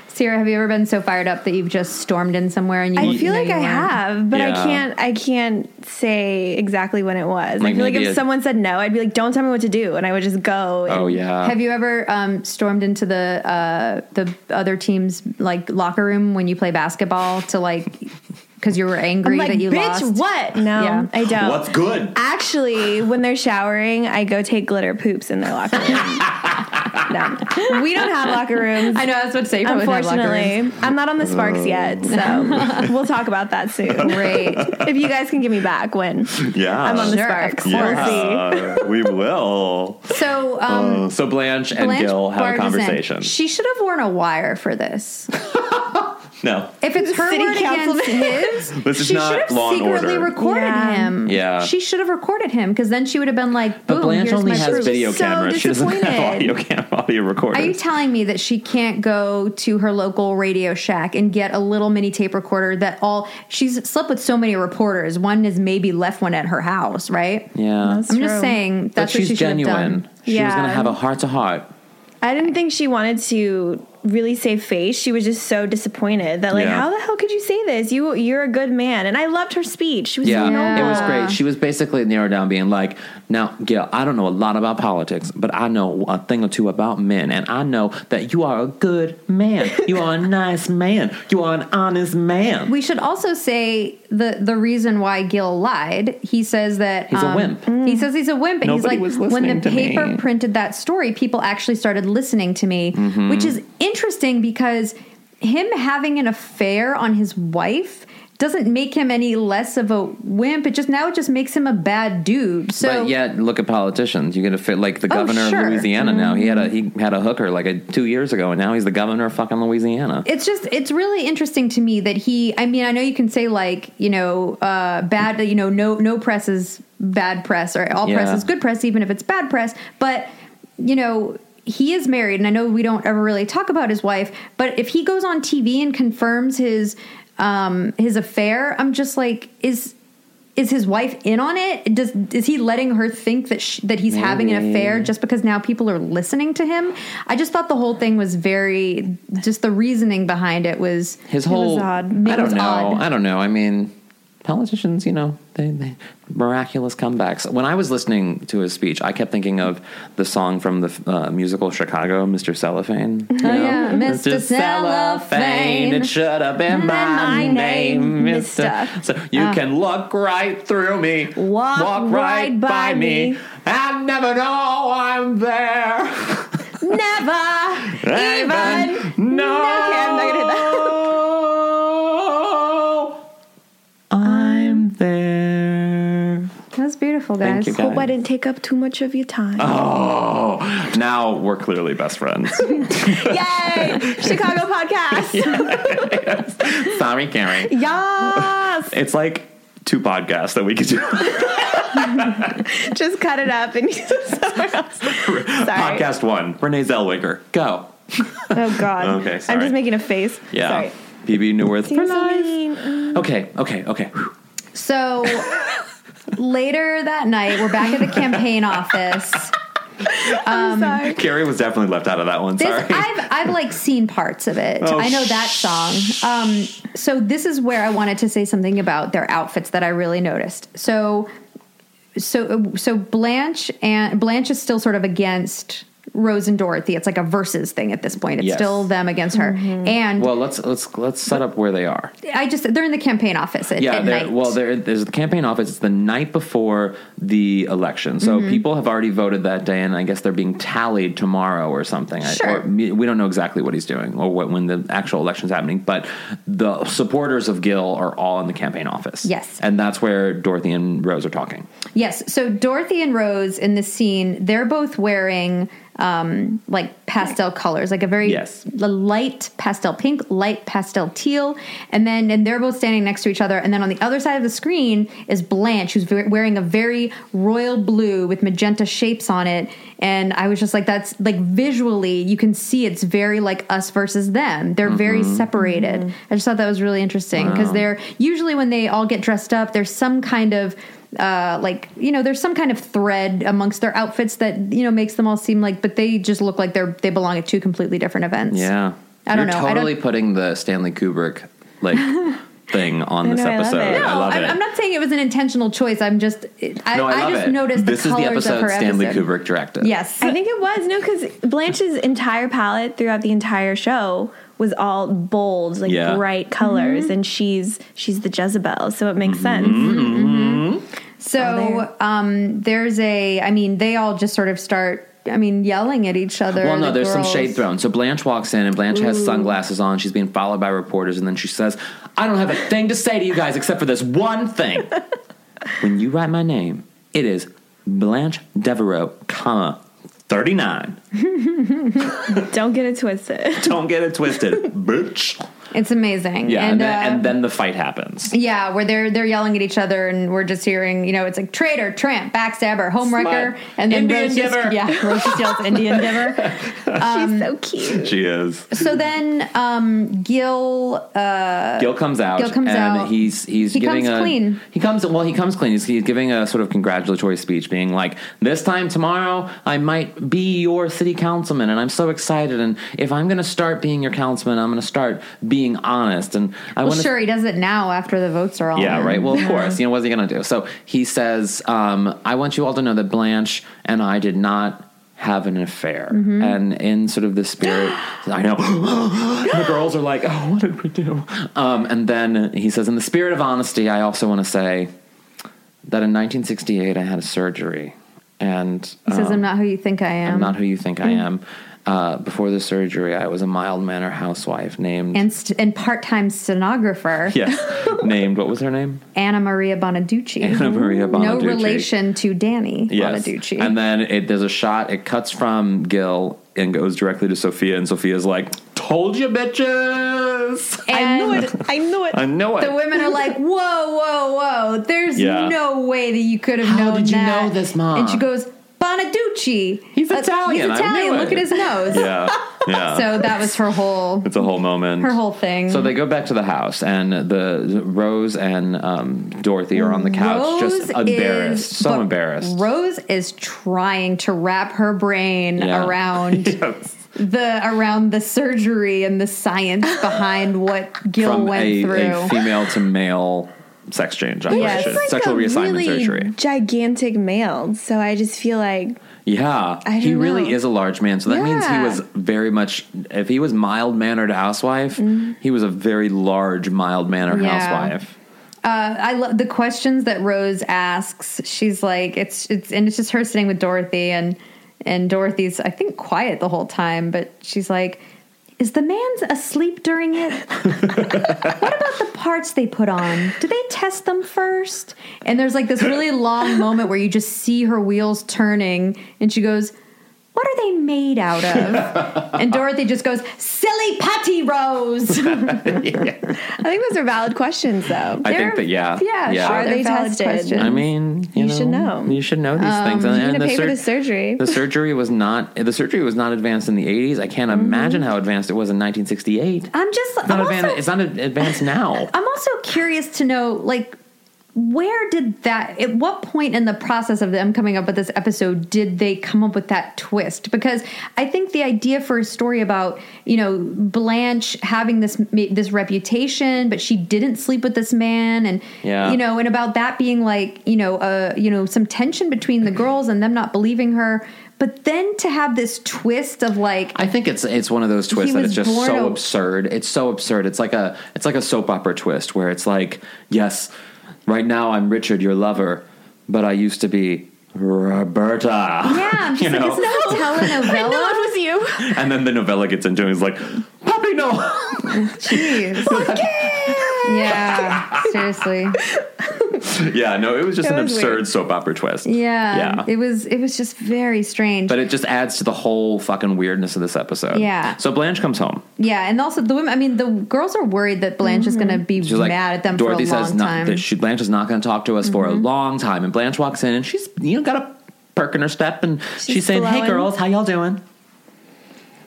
Sierra, have you ever been so fired up that you've just stormed in somewhere and you
I
didn't
feel
know
like
you
I
weren't?
have, but
Yeah.
I can't. I can't say exactly when it was.
Like
I feel like
maybe
if
a-
someone said no, I'd be like, "Don't tell me what to do," and I would just go.
Oh
and-
yeah,
Have you ever um, stormed into the uh, the other team's like locker room when you play basketball to like because you were angry
I'm like,
that you
bitch,
lost.
what? No,
Yeah.
I don't.
Oh. What's good?
Actually, when they're showering, I go take glitter poops in their locker room. no, we don't have locker rooms.
I know. I was about to say. You probably have locker
Unfortunately, I'm not on the Sparks yet, so we'll talk about that soon.
rooms. Great.
If you guys can give me back when
Yeah.
I'm on the
Sure, of
Sparks,
course.
we'll see.
Yeah, we will.
So, um,
So Blanche Oh, and
Blanche
Gil have
Bardazan,
a conversation.
She should have worn a wire for this.
No.
If it's her
City
word
councilman.
against his,
This is
she
not
should have
Law and
secretly
Order.
recorded
Yeah.
him.
Yeah.
she should have recorded him because then she would have been like, "Boom,
but Blanche
here's
only
my
has
proof.
video
So
cameras. She doesn't have
disappointed.
audio cam audio
Are you
recorders.
telling me that she can't go to her local radio shack and get a little mini tape recorder that all she's slept with so many reporters? One has maybe left one at her house, right?
yeah.
I'm just saying
But
that's what
she's
she should have
genuine.
done.
She was going
Yeah.
to have a heart to heart.
I didn't think she wanted to really save face. She was just so disappointed that like,
Yeah.
how the hell could you say this? You you're a good man, and I loved her speech. She was
Yeah,
so noble.
it was great. She was basically narrowed down, being like, "Now, Gail, I don't know a lot about politics, but I know a thing or two about men, and I know that you are a good man. You are a nice man. You are an honest man.
We should also say the the reason why Gil lied. He says that um,
He's a wimp.
He says he's a wimp, and
Nobody
he's
was
like, when
listening
the
to me."
paper printed that story, people actually started listening to me, which is interesting because him having an affair on his wife doesn't make him any less of a wimp. It just now it just makes him a bad dude. So
but yet, look at politicians. You get a fit like the
Oh,
governor
sure. Mm-hmm.
of Louisiana. Now he had a he had a hooker like a, two years ago, and now he's the governor of fucking Louisiana.
it's just it's really interesting to me that he i mean i know you can say like you know uh bad you know no no press is bad press or all press
Yeah.
is good press even if it's bad press but you know he is married and i know we don't ever really talk about his wife but if he goes on tv and confirms his um his affair i'm just like is is his wife in on it? Does is he letting her think that sh that he's having an affair just because now people are listening to him? I just thought the whole thing was very just the reasoning behind it was
His whole
odd.
I
It was
don't know.
odd.
I don't know. I mean, politicians, you know, they, they miraculous comebacks. When I was listening to his speech, I kept thinking of the song from the uh, musical Chicago, Mr. Cellophane. you
Oh,
know?
yeah, Mr. Cellophane.
It should have been
Been
my,
my
name,
name,
Mr.
Mr..
So you can look right through me,
Walk right by me.
I never know I'm there.
Never even.
No.
Okay, I'm not gonna hit that.
I'm there.
That was beautiful, guys.
Thank you, guys.
Hope I didn't take up too much of your time.
Oh, now we're clearly best friends.
Yay! Chicago podcast.
Sorry, Karen.
Yes.
It's like two podcasts that we could do.
Just cut it up and sorry.
Podcast one, Renee Zellweger. Go.
Oh God.
Okay,
I'm
sorry.
just making a face.
Yeah.
Sorry.
PB Newworth.
You're so mean.
Okay, okay, okay.
So later that night, we're back at the campaign office.
I'm sorry.
Carrie was definitely left out of that one.
This,
Sorry. Oh,
I've I've like seen parts of it. I know that song. Um, so this is where I wanted to say something about their outfits that I really noticed. So, so so Blanche and Blanche is still sort of against Rose and Dorothy. It's like a versus thing at this point. It's
Yes.
still them against her. And
well, let's let's let's set up where they are.
I just they're in the campaign office at,
Yeah,
at
there-
night.
well, there, there's the campaign office. It's the night before the election, so
Mm-hmm.
people have already voted that day, and I guess they're being tallied tomorrow or something. I-
Sure.
or me- we don't know exactly what he's doing or what when the actual election's happening, but the supporters of Gil are all in the campaign office.
Yes.
and that's where Dorothy and Rose are talking.
Yes. So Dorothy and Rose in this scene, they're both wearing um, like pastel colors, like a very
Yes.
l- light pastel pink, light pastel teal, and then and they're both standing next to each other. And then on the other side of the screen is Blanche, who's ve- wearing a very royal blue with magenta shapes on it. And I was just like, that's like visually, you can see it's very like us versus them. They're very
Mm-hmm.
separated. I just thought that was really interesting because they're usually when they all get dressed up, there's some kind of uh, like you know there's some kind of thread amongst their outfits that you know makes them all seem like but they just look like they're they belong at two completely different events
Yeah,
I don't
You're
know. I
Totally
don't-
putting the Stanley Kubrick like thing on this
know, I love
episode.
it.
No,
I love
am
it.
I'm not saying it was an intentional choice. I'm just, I,
no, I, love
just
it.
noticed
this
the
is the
colors of
episode
her
Stanley
episode.
Kubrick directed.
Yes,
I think it was no, because Blanche's entire palette throughout the entire show was all bold, like
Yeah.
bright colors, and she's she's the Jezebel, so it makes
Mm-hmm.
sense.
So um, there's a, I mean, they all just sort of start, I mean, yelling at each other.
Well, no,
the
there's some
girls.
shade thrown. So Blanche walks in, and Blanche has sunglasses on. She's being followed by reporters, and then she says, "I don't have a thing to say to you guys except for this one thing. when you write my name, it is Blanche Devereaux, comma." 39.
Don't get it twisted.
Don't get it twisted, bitch.
It's amazing.
Yeah, and,
and,
then,
uh,
and then the fight happens.
yeah, where they're they're yelling at each other, and we're just hearing, you know, it's like traitor, tramp, backstabber, homewrecker,
Slut.
and then
Indian
Rose just,
giver.
yeah, Rose just yells Indian giver.
she's so cute.
She is.
So then um, Gil,
Gil comes out.
Uh, Gil comes
and
out.
He's he's
He
giving
comes
a
clean.
he comes well he comes clean. He's, he's giving a sort of congratulatory speech, being like, "This time tomorrow, I might be your city councilman, and I'm so excited. And if I'm going to start being your councilman, I'm going to start being honest. And I
well,
want to
oh, sure, he does it now after the votes are all.
Yeah,
in.
right. Well, of course. You know, what's he going to do? So he says, um, I want you all to know that Blanche and I did not have an affair. And in sort of the spirit, I know, the girls are like, oh, what did we do? Um, and then he says, in the spirit of honesty, I also want to say that in 1968, I had a surgery. And
He says,
um,
"I'm not who you think I am."
I'm not who you think I am. Uh, before the surgery, I was a mild manner housewife named.
and st- and part time stenographer
yes, named, what was her name?
Anna Maria Bonaducci. Mm-hmm.
Anna Maria
No
Bonaducci.
relation to Danny
Yes.
Bonaducci.
And then it, there's a shot. It cuts from Gil and goes directly to Sophia, and Sophia's like, "Told you, bitches!
And
I knew it.
I know it."
The women are like, "Whoa, whoa, whoa! There's
Yeah.
no way that you could have
How
known
did you
that."
know this, Mom?
And she goes, "Bonaducci. Uh,
He's Italian. I
He's
knew
Italian. Look
it."
at his nose."
yeah, yeah.
So that was her whole
it's a whole moment.
her whole thing.
So they go back to the house, and the Rose and um, Dorothy are on the couch, just embarrassed,
is-
so
but
embarrassed.
Rose is trying to wrap her brain
Yeah.
around the around the surgery and the science behind what Gil
from
went
a,
through.
a female to male sex change operation,
Yes. It's like
sexual reassignment
really
surgery.
Gigantic male. So I just feel like
Yeah,
I
he
don't
really
know.
is a large man. So that means he
Yeah.
was very much. If he was mild mannered housewife,
Mm-hmm.
he was a very large mild mannered
Yeah.
housewife.
Uh, I love the questions that Rose asks. She's like, it's it's and it's just her sitting with Dorothy and and Dorothy's I think quiet the whole time, but she's like, is the man's asleep during it? what about the parts they put on? Do they test them first? And there's like this really long moment where you just see her wheels turning, and she goes. What are they made out of? and Dorothy just goes, silly putty rose.
I think those are valid questions, though.
I
They're-
think that yeah,
yeah, sure.
Are
they're
they
valid
tested?
questions.
I mean, you,
You should know. Um,
You should know these things.
You're gonna pay for the
sur-
surgery.
the surgery was not the surgery was not advanced in the 80s. I can't
Mm-hmm.
imagine how advanced it was in 1968.
I'm just.
It's not,
I'm
advan-
also-
it's not ad- advanced now.
I'm also curious to know, like, where did that? At what point in the process of them coming up with this episode did they come up with that twist? Because I think the idea for a story about you know Blanche having this ma- this reputation, but she didn't sleep with this man, and
Yeah.
you know, and about that being like you know, uh, you know, some tension between the girls and them not believing her. But then to have this twist of like,
I think it's it's one of those twists
He
that
was
it's just
born
so
a-
absurd. It's so absurd. It's like a it's like a soap opera twist where it's like, yes, right now I'm Richard, your lover, but I used to be Roberta.
yeah, I'm just
You
like,
know?
is this a telenovela?
was you.
And then the novella gets into it and is like,
Puppy no.
yeah, seriously.
yeah, no, it was just
It
an
was
absurd
weird.
soap opera twist.
Yeah.
Yeah.
It was it was just very strange.
But it just adds to the whole fucking weirdness of this episode.
Yeah.
So Blanche comes home.
yeah, and also the women I mean the girls are worried that Blanche is going to be
Mm-hmm. She's like,
mad at them
Dorothy
for a long
says,
time. Mm-hmm.
"No, that she, Blanche is not going to talk to us for a long time." And Blanche walks in, and she's you know got a perk in her step, and she's, saying, "Hey
glowing.
girls, how y'all doing?"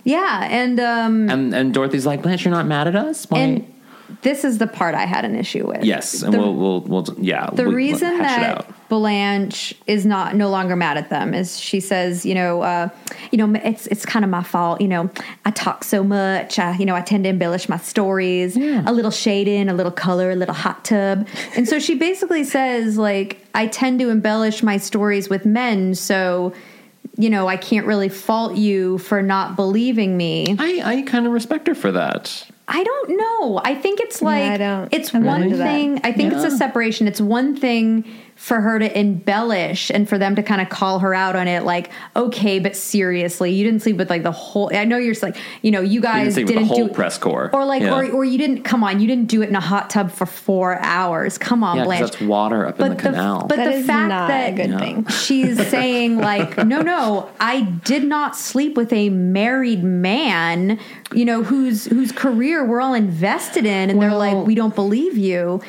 yeah, um, and um
And and Dorothy's like, Blanche, you're not mad at us? Why?
and this is the part I had an issue with.
Yes, and
The-
we'll, we'll we'll yeah.
the
we- we'll
reason
hash it
that
out.
Blanche is not no longer mad at them is she says, you know, uh, you know, it's it's kind of my fault. You know, I talk so much. I, you know, I tend to embellish my stories. A little shade in, a little color, a little hot tub. And so she basically says, like, I tend to embellish my stories with men, so you know, I can't really fault you for not believing me.
I I kind of respect her for that.
I don't know. I think it's like
I don't-
it's
I'm not
one
into that.
thing. I think it's a separation. It's one thing for her to embellish and for them to kind of call her out on it like, "Okay, but seriously, you didn't sleep with like the whole I know you're just like, you know, you
You didn't
guys
say
didn't,
with the whole
do
press corps,
or like
yeah.
or or you didn't come on, you didn't do it in a hot tub for 4 hours. Come on,
Yeah, 'cause
Blanche.
that's water up in the canal.
but
That
the
is
fact
not
that
a good Yeah. thing.
she's saying like, no, no, I did not sleep with a married man, you know, whose whose career we're all invested in, and they're like, we don't believe you.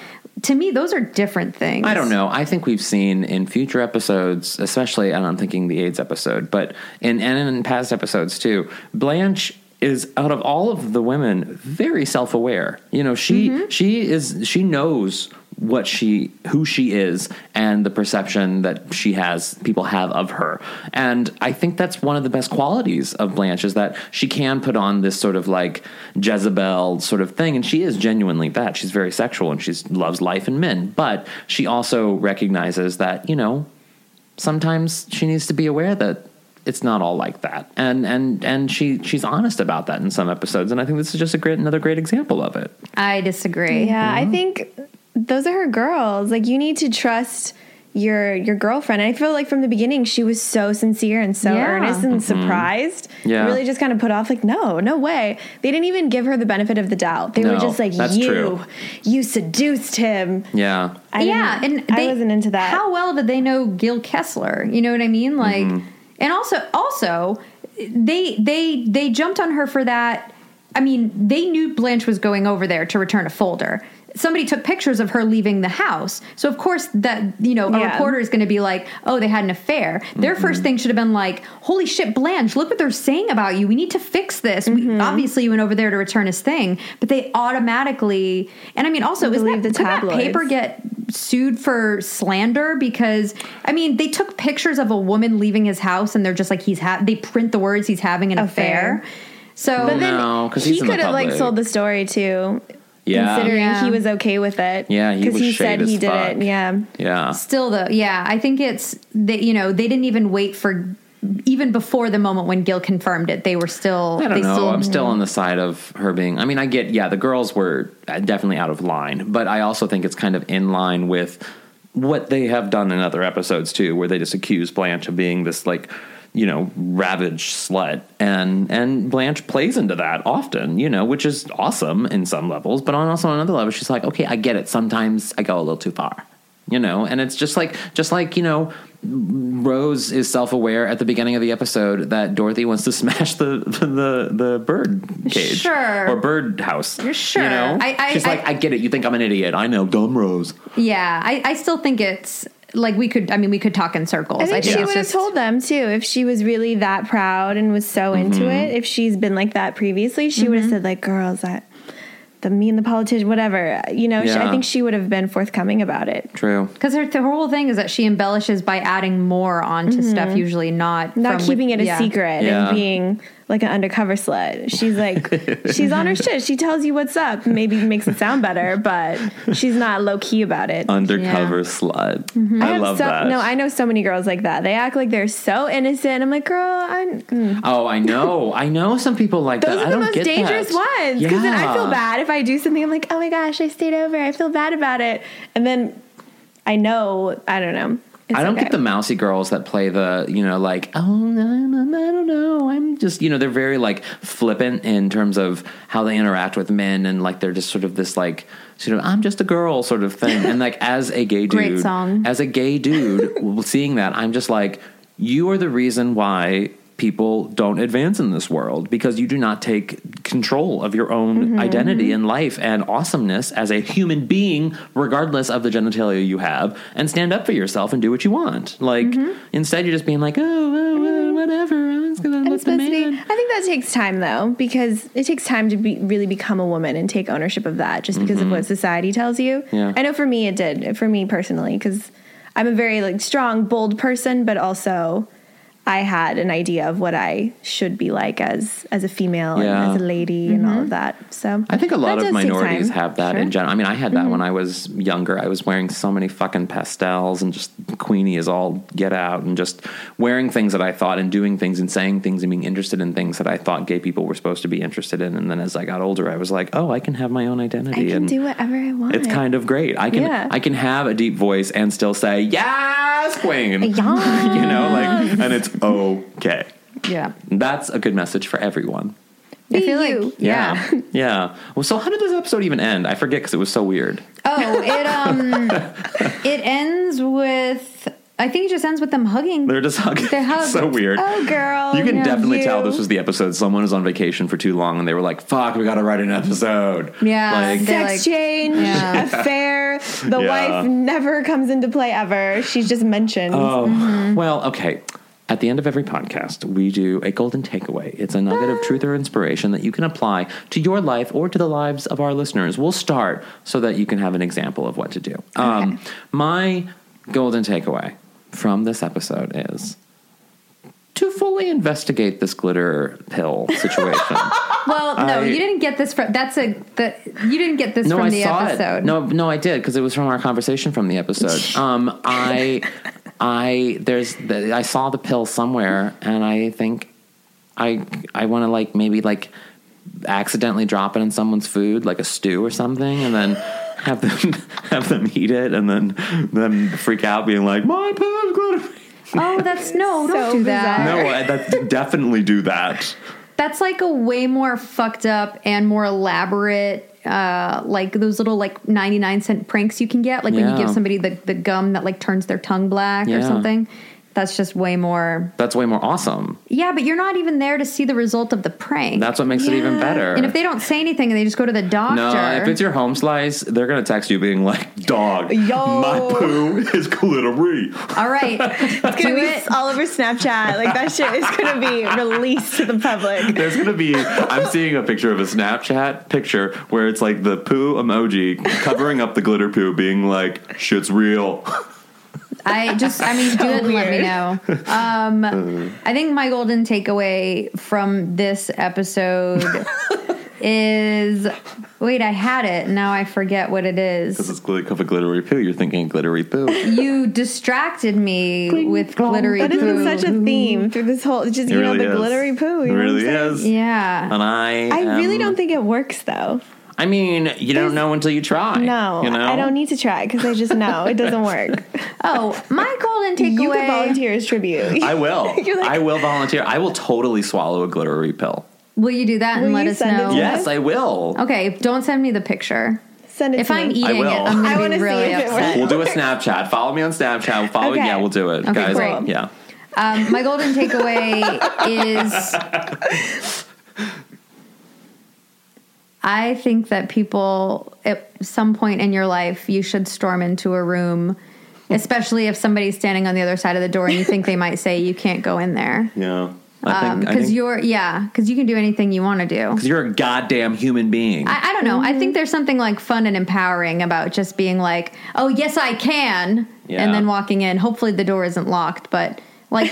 To me, those are different things.
I don't know. I think we've seen in future episodes, especially, and I'm thinking the AIDS episode, but in and in past episodes too, Blanche is out of all of the women very self-aware. You know, she she is she knows what she who she is and the perception that she has people have of her. And I think that's one of the best qualities of Blanche is that she can put on this sort of like Jezebel sort of thing and she is genuinely that. She's very sexual and she loves life and men, but she also recognizes that, you know, sometimes she needs to be aware that it's not all like that. And and and she she's honest about that in some episodes and I think this is just a great another great example of it.
I disagree.
Yeah, Uh, I think those are her girls. Like you need to trust your your girlfriend. I feel like from the beginning she was so sincere and so
Yeah.
earnest and surprised.
Mm-hmm. Yeah.
Really just kind of put off like, no, no way. They didn't even give her the benefit of the doubt. They were
No,
just like,
that's
you,
true.
you seduced him.
Yeah.
I
yeah, and
didn't- I
they-
wasn't into that.
How well did they know Gil Kessler? You know what I mean? Like,
Mm-hmm.
and also, also, they they they jumped on her for that. I mean, they knew Blanche was going over there to return a folder. Somebody took pictures of her leaving the house, so of course that you know a
Yeah. Mm-hmm.
reporter is going to be like, "Oh, they had an affair." Their first thing should have been like, "Holy shit, Blanche! Look what they're saying about you. We need to fix this."
Mm-hmm.
We, obviously, you went over there to return his thing, but they automatically. And I mean, also, is that,
Believe the
could that
tabloids.
paper get sued for slander because I mean they took pictures of a woman leaving his house and they're just like he's ha- they print the words he's having an affair.
Affair.
So
Oh, But then
Oh, No, 'cause
he
he's in the
could have like
public.
sold the story too.
Yeah.
Considering
Yeah.
he was okay with it.
Yeah, he was
he
shade
said he
as
did
fuck.
it. Yeah.
Yeah.
still though, yeah, I think it's that you know they didn't even wait for even before the moment when Gil confirmed it. They were still
I don't
they
know.
still
I'm still on the side of her being. I mean, I get. Yeah, the girls were uh, definitely out of line, but I also think it's kind of in line with what they have done in other episodes too, where they just accuse Blanche of being this like, you know, ravaged slut, and and Blanche plays into that often, you know, which is awesome in some levels, but on also on another level, she's like, okay, I get it. Sometimes I go a little too far. You know, and it's just like, just like you know, Rose is self-aware at the beginning of the episode that Dorothy wants to smash the the the bird cage
Sure.
or bird house.
You're sure.
You know,
I- I-
she's like,
I-
I get it. You think I'm an idiot? I know, dumb Rose.
yeah. I, I still think it's like we could. I mean, we could talk in circles.
I think, she
it's
would have
just-
told them too if she was really that proud and was so into it. If she's been like that previously, she would have said like, "Girls, that the me and the politician, whatever." You know, she,
Yeah.
I think she would have been forthcoming about it.
True.
Because her, her whole thing is that she embellishes by adding more onto stuff, usually not
Mm-hmm. Not
from
keeping
with-
it a
yeah.
secret
Yeah.
and being like an undercover slut. She's like, she's on her shit. She tells you what's up. Maybe makes it sound better, but she's not low key about it.
Undercover
Yeah.
I
slut. I,
have Mm-hmm.
love
so,
that.
No, I know so many girls like that. They act like they're so innocent. I'm like, girl, I'm.
oh, I know. I know some people like
Those
that.
are
I
the
don't
most
get
dangerous
that.
ones. Because then I feel
Yeah.
bad if I do something. I'm like, oh my gosh, I stayed over. I feel bad about it. And then I know, I don't know. It's
I don't
okay.
get the mousy girls that play the, you know, like, oh, no, no, no, I don't know. I'm just, you know, they're very like flippant in terms of how they interact with men and like they're just sort of this like, sort of, I'm just a girl sort of thing. And like as a gay dude,
Great song.
as a gay dude, seeing that, I'm just like, you are the reason why people don't advance in this world because you do not take control of your own identity and life and awesomeness as a human being, regardless of the genitalia you have, and stand up for yourself and do what you want. Like, instead, you're just being like, oh, oh, oh, whatever, I'm because I'm,
I'm
with the
supposed to be.
man.
I think that takes time though, because it takes time to be, really become a woman and take ownership of that, just because of what society tells you.
Mm-hmm. Yeah.
I know for me it did, for me personally, because I'm a very like strong, bold person, but also I had an idea of what I should be like as as a female
Yeah. Mm-hmm.
and as a lady and all of that. So
I think a lot
that
of
does take
minorities
time.
have that
Sure. Mm-hmm.
in general. I mean, I had that when I was younger. I was wearing so many fucking pastels and just Queenie is all get out and just wearing things that I thought and doing things and saying things and being interested in things that I thought gay people were supposed to be interested in. And then as I got older, I was like, oh, I can have my own
I
identity.
can
and
do whatever I want.
it's kind of great. I can
Yeah.
I can have a deep voice and still say yes, queen. you know, like, and it's okay.
Yeah.
That's a good message for everyone.
I feel
you.
like
Yeah. yeah. Well, so how did this episode even end? I forget because it was so weird.
Oh, it um, it ends with I think it just ends with them hugging.
They're just hugging.
They hug.
so weird.
Oh, girl,
You can
yeah,
definitely
you.
tell this was the episode. Someone was on vacation for too long and they were like, fuck, we got to write an episode.
Yeah,
Like,
they-
sex
like-
change,
Yeah.
affair. The
Yeah.
wife never comes into play ever. She's just mentioned.
oh, well, okay. At the end of every podcast, we do a golden takeaway. It's a nugget of truth or inspiration that you can apply to your life or to the lives of our listeners. We'll start so that you can have an example of what to do. Um, my golden takeaway from this episode is to fully investigate this glitter pill situation.
Well, no,
I-
you didn't get this from. That's a the you didn't get this
No,
from
I
the
saw
episode.
it. No, no, I did because it was from our conversation from the episode. Um, I, I, there's, the, I saw the pill somewhere, and I think, I, I want to like maybe like accidentally drop it in someone's food, like a stew or something, and then have them have them eat it, and then them freak out, being like, "My pill's glitter."
Oh, that's no,
So
don't do that.
No,
bizarre.
I, that definitely do that.
That's like a way more fucked up and more elaborate. Uh, like those little like ninety nine cent pranks you can get, like when
Yeah.
you give somebody the, the gum that like turns their tongue black
Yeah.
or something. That's just way more.
That's way more awesome.
Yeah, but you're not even there to see the result of the prank.
That's what makes it even
Yeah.
better.
and if they don't say anything and they just go to the doctor,
No, if it's your home slice, they're gonna text you being like, "Dog,
Yo.
my poo is glittery."
all right,
It's gonna be all over Snapchat. Like that shit is gonna be released to the public.
There's gonna be. I'm seeing a picture of a Snapchat picture where it's like the poo emoji covering up the glitter poo, being like, "Shit's real."
I just, I mean, do it and let me
weird.
know. Um, I think my golden takeaway from this episode is wait, I had it. Now I forget what it
This
is.
is gl- of a glittery poo. You're thinking glittery poo.
You distracted me with glittery
That has
poo.
been such a theme through this whole. Just
It
you
really
know the
is.
glittery poo.
It
You know what I'm
really
saying?
is. Um,
yeah.
And I,
I really
am-
don't think it works though.
I mean, you don't
There's-
know until you try.
No,
you know.
I don't e-, need to try because I just know it doesn't work.
Oh, my golden takeaway.
you could volunteer as tribute.
I will.
You're like-
I will volunteer. I will totally swallow a glittery pill.
Will you do that and
Will
let
you
us
send it
know?
to Yeah.
Yes, I will.
Okay, don't send me the picture.
Send it
If
to
I'm
me.
eating it,
will.
I'm
I
going
wanna
to be
see
really
if it
upset.
We'll do a Snapchat. Follow me on Snapchat. Follow
Okay.
yeah, we'll do it,
Okay,
guys.
great.
Yeah.
Um, my golden takeaway is I think that people, at some point in your life, you should storm into a room, especially if somebody's standing on the other side of the door and you think they might say you can't go in there.
Yeah. I
Um,
think
Because you're, yeah, because you can do anything you want to do.
because you're a goddamn human being.
I, I don't know. I think there's something like fun and empowering about just being like, oh, yes, I can.
Yeah.
And then walking in. Hopefully the door isn't locked, but like,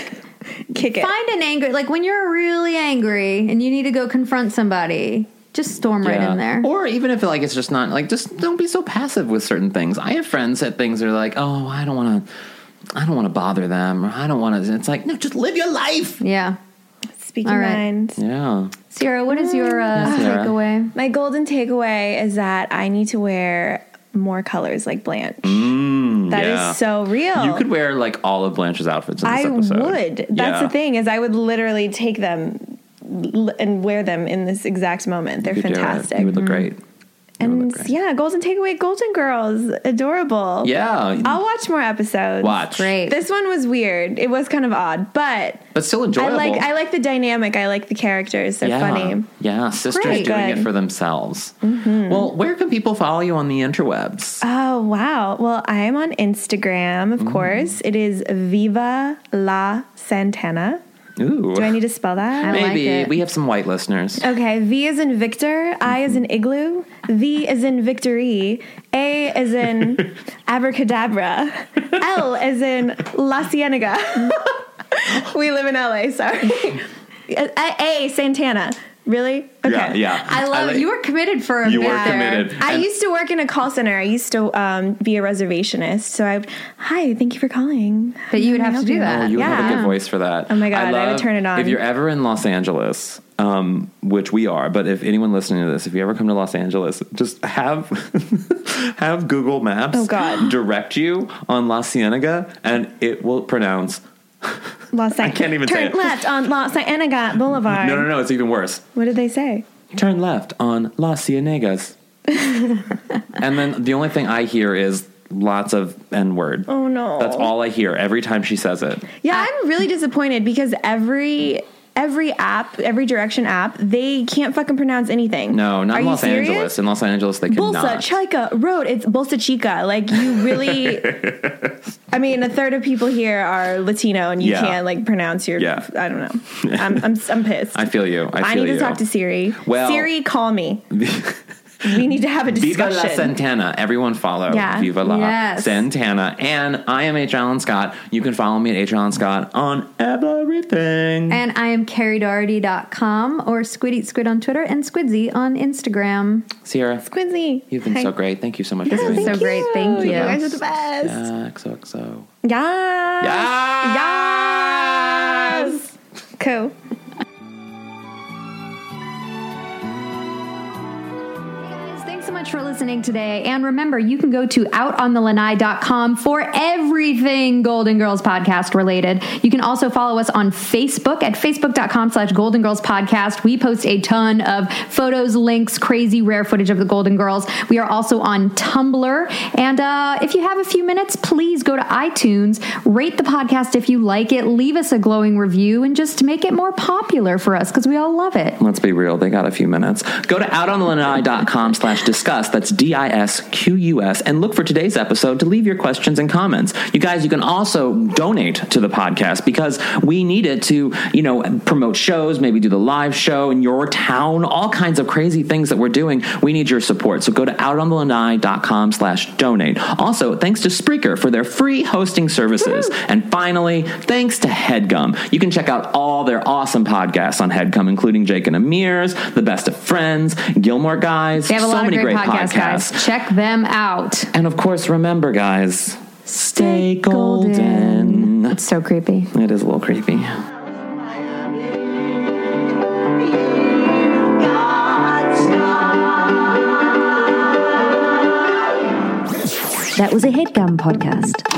kick it.
find an angry like when you're really angry and you need to go confront somebody just storm right
Yeah.
in there
Or even if like it's just not like just don't be so passive with certain things. I have friends that things are like, oh, I don't want to, I don't want to bother them, or I don't want to. It's like no, just live your life.
yeah
Speaking
All right.
mind.
Yeah.
sierra what is your uh,
Sierra.
takeaway
My golden takeaway is that I need to wear more colors like Blanche. That is
Mm, yeah.
so real.
You could wear like all of Blanche's outfits in this
Oh. I
episode.
would. That's
Yeah.
the thing is I would literally take them l- and wear them in this exact moment. They're
You could do it.
fantastic. Mm-hmm.
You would look great. You would
and
look great.
yeah, golden takeaway, Golden Girls, adorable.
Yeah.
I'll watch more episodes.
Watch.
great
This one was weird. It was kind of odd, but
But still enjoyable.
I like I like the dynamic. I like the characters. They're funny.
Yeah, sisters
Great.
doing it
Good. Mm-hmm.
for themselves. Well, where can people follow you on the interwebs?
Oh, wow. Well, I'm
Mm.
on Instagram, of course. It is Viva La Santana.
Ooh.
Do I need to spell that?
like
Maybe
it.
we have some white listeners.
Okay, V is in Victor, I is in igloo, V is in victory, A is in abracadabra, L is in La Cienega. we live in LA, sorry. A, A Santana. Really? Okay.
Yeah, yeah.
I love
like-
you were committed for a
You
bit
were
there.
committed.
I
And-
used to work in a call center. I used to um, be a reservationist. So I, would, hi, thank you for calling.
But you would have to do
Oh,
that.
you have a
Yeah.
good voice for that.
Oh my God, I would turn it on.
If you're ever in Los Angeles, um, which we are, but if anyone listening to this, if you ever come to Los Angeles, just have have Google Maps
Oh, God.
direct you on La Cienega, and it will pronounce.
Los Angeles.
can't even say
Turn
it.
left on Los Angeles Boulevard.
No, no, no! It's even worse.
What did they say?
Turn left on La Cienegas, and then the only thing I hear is lots of N word.
Oh, no.
That's all I hear every time she says it.
Yeah, I'm really disappointed because every every app, every direction app, they can't fucking pronounce anything.
No, not
Are
in
you
Los
serious?
Angeles. In Los Angeles, they cannot.
Bolsa Chica Road. It's Bolsa Chica. Like you really. I mean, a third of people here are Latino, and you
Yeah.
can't like pronounce your.
Yeah.
I don't know. I'm I'm, I'm pissed.
I feel you. I,
I
feel
need to
you.
talk to Siri.
Well-
Siri, call me. we need to have a
Viva La
discussion.
Santana. Everyone follow
Yeah.
Viva La
Yes.
Santana. And I am H. Allen Scott. You can follow me at H. Allen Scott on everything.
And I am carriedoherty.com or Squid Eat Squid on Twitter and Squidzy on Instagram.
Sierra,
Quincy,
you've been
hi.
so great. Thank you so much for
This
doing
is so
this.
great. Thank you.
You guys are the best.
Yeah, XOXO.
Yes.
Yes.
Yes. Cool.
guys, Thanks so much for listening today. And remember, you can go to outonthelanai.com for everything Golden Girls podcast related. You can also follow us on Facebook at facebook.com slash Golden Girls podcast. We post a ton of photos, links, crazy rare footage of the Golden Girls. We are also on Tumblr. And uh, if you have a few minutes, please go to iTunes, rate the podcast if you like it, leave us a glowing review, and just make it more popular for us because we all love it.
Let's be real. They got a few minutes. Go to outonlanai.com slash discuss. That's D-I-S-Q-U-S. And look for today's episode to leave your questions and comments. You guys, you can also donate to the podcast because we need it to, you know, promote shows, maybe do the live show in your town, all kinds of crazy things that we're doing. We need your support. So go to outonlanai.com slash donate. Also, thanks to Spreaker for their free hosting services. And finally, thanks to HeadGum. You can check out all their awesome podcasts on HeadGum, including Jake and Amir's, The Best of Friends, Gilmore Guys,
They have a
so
lot
many
of great,
great
podcasts,
podcasts.
guys. Check them out.
And of course, remember, guys, stay golden.
It's so creepy.
It is a little creepy.
That was a headgum podcast.